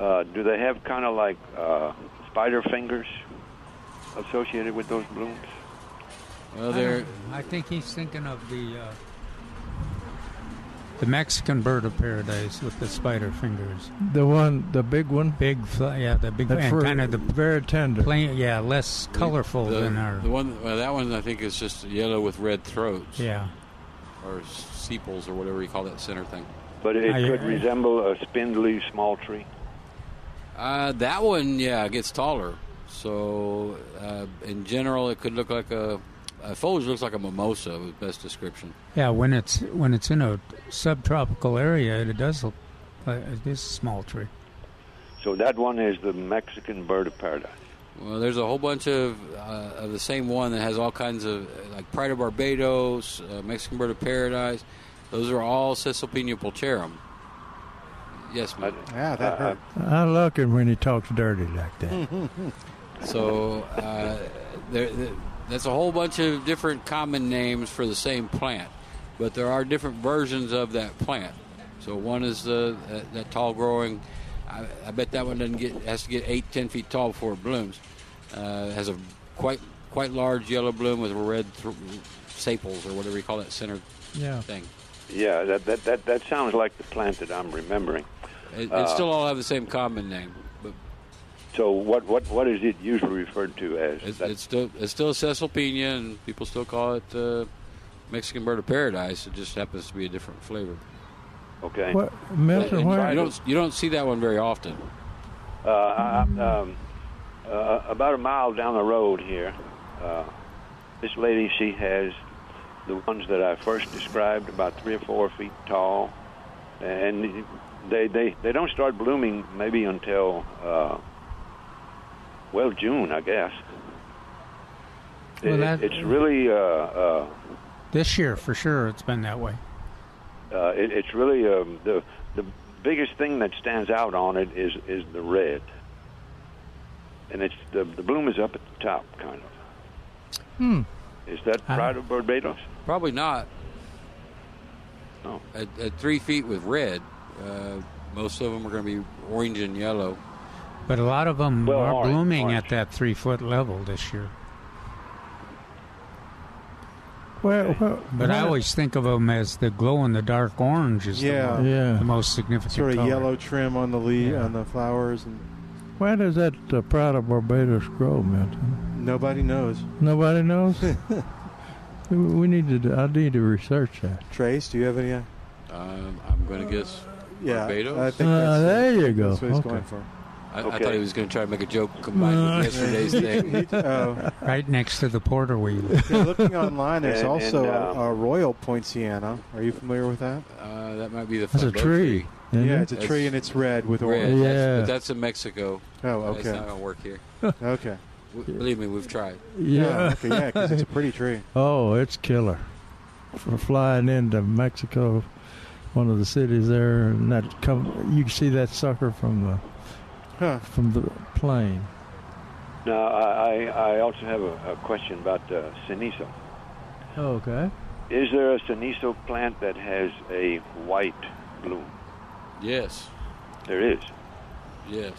uh, do they have kind of like uh, spider fingers associated with those blooms? Well, I, don't- I think he's thinking of the uh, the Mexican bird of paradise with the spider fingers. The one, the big one, big, yeah, the big and kind of the very tender, plain, yeah, less colorful the, than our. the one. Well, that one I think is just yellow with red throats. Yeah. Or sepals or whatever you call that center thing. But it I- could I- resemble a spindly small tree. Uh, that one, yeah, gets taller. So, uh, in general, it could look like a, a foliage looks like a mimosa, was best description. Yeah, when it's when it's in a subtropical area, it does look uh, it is a small tree. So that one is the Mexican bird of paradise. Well, there's a whole bunch of, uh, of the same one that has all kinds of, like Pride of Barbados, uh, Mexican Bird of Paradise. Those are all Cecilpinia pulcherum. Yes, ma'am. Yeah, that hurt. I like him when he talks dirty like that. <laughs> So uh, there, there, that's a whole bunch of different common names for the same plant, but there are different versions of that plant. So one is the that, that tall growing. I, I bet that one doesn't get has to get eight ten feet tall before it blooms. Uh, it has a quite quite large yellow bloom with red thr sepals or whatever you call that center Yeah. thing. Yeah, that, that, that, that sounds like the plant that I'm remembering. It, Uh, it still all have the same common name, but So what, what, what is it usually referred to as? It's, it's still it's still Cecilpina, and people still call it uh, Mexican bird of paradise. It just happens to be a different flavor. Okay. What- Milton, And where- you don't you don't see that one very often. Uh, I, I'm, um, uh, about a mile down the road here, uh, this lady she has the ones that I first described, about three or four feet tall, and they they they don't start blooming maybe until uh, well June, I guess. Well, It- that- it's really uh, uh, This year, for sure, it's been that way. uh, it, it's really um, the the biggest thing that stands out on it is is the red, and it's the the bloom is up at the top, kind of. Hmm. Is that Pride of Barbados? Probably not. No. At, at three feet with red, uh, most of them are going to be orange and yellow. But a lot of them Well, are orange, blooming orange. at that three foot level this year. Well, well, But I well, always think of them as the glow in the dark orange is Yeah. the, mo- Yeah. the most significant Sort of color. yellow trim on the leaf, Yeah. on the flowers, and Where does that uh, Pride of Barbados grow, Milton? nobody knows. Nobody <laughs> knows. we we need to. do- I need to research that. Trace, do you have any? uh, Um, I'm going to guess Yeah, Barbados. I think Uh, that's there you go. That's what he's Okay. going for. I, I Okay. thought he was going to try to make a joke combined with <laughs> yesterday's <laughs> thing. uh, Oh. Right next to the porter we Yeah, looking <laughs> online, there's And- also and, a, um, uh, a royal poinciana. Are you familiar with that? Uh, that might be the. That's a flambeau tree, isn't Yeah, it? it's a tree and it's red with Red. orange. That's, Yeah. but that's in Mexico. Oh, It's okay. not going to work here. <laughs> Okay. W- Believe me, we've tried. Yeah, okay, yeah, 'cause it's a pretty tree. <laughs> Oh, it's killer. For flying into Mexico, one of the cities there, and that come, you can see that sucker from the from the plane. Now I I I also have a, a question about uh, Cenizo. Okay. Is there a Cenizo plant that has a white bloom? Yes, There is. yes.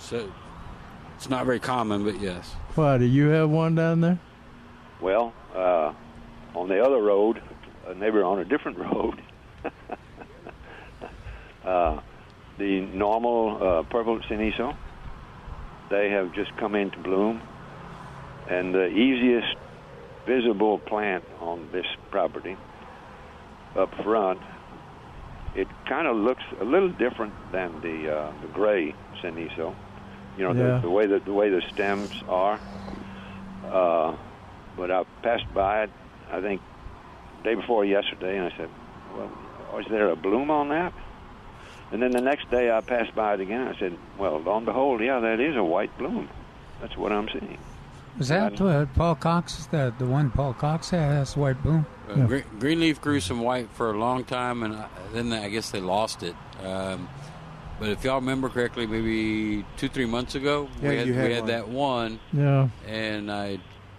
So it's not very common, but yes. Why do you have one down there? Well, uh, on the other road, a neighbor on a different <laughs> road, uh, the normal uh, purple cenizo, they have just come into bloom, and the easiest visible plant on this property up front, it kind of looks a little different than the uh, the gray cenizo. You know, Yeah. the, the way that the way the stems are. Uh, but I passed by it, I think, day before yesterday, and I said, "Well, oh, is there a bloom on that?" And then the next day, I passed by it again. I said, "Well, lo and behold, yeah, that is a white bloom. That's what I'm seeing." Was that uh, Paul Cox? The the one Paul Cox had? That's white bloom. Uh, Gre- Greenleaf grew some white for a long time, and I, then I guess they lost it. Um, but if y'all remember correctly, maybe two, three months ago, Yeah, we had, you had we had one. that one. Yeah. And I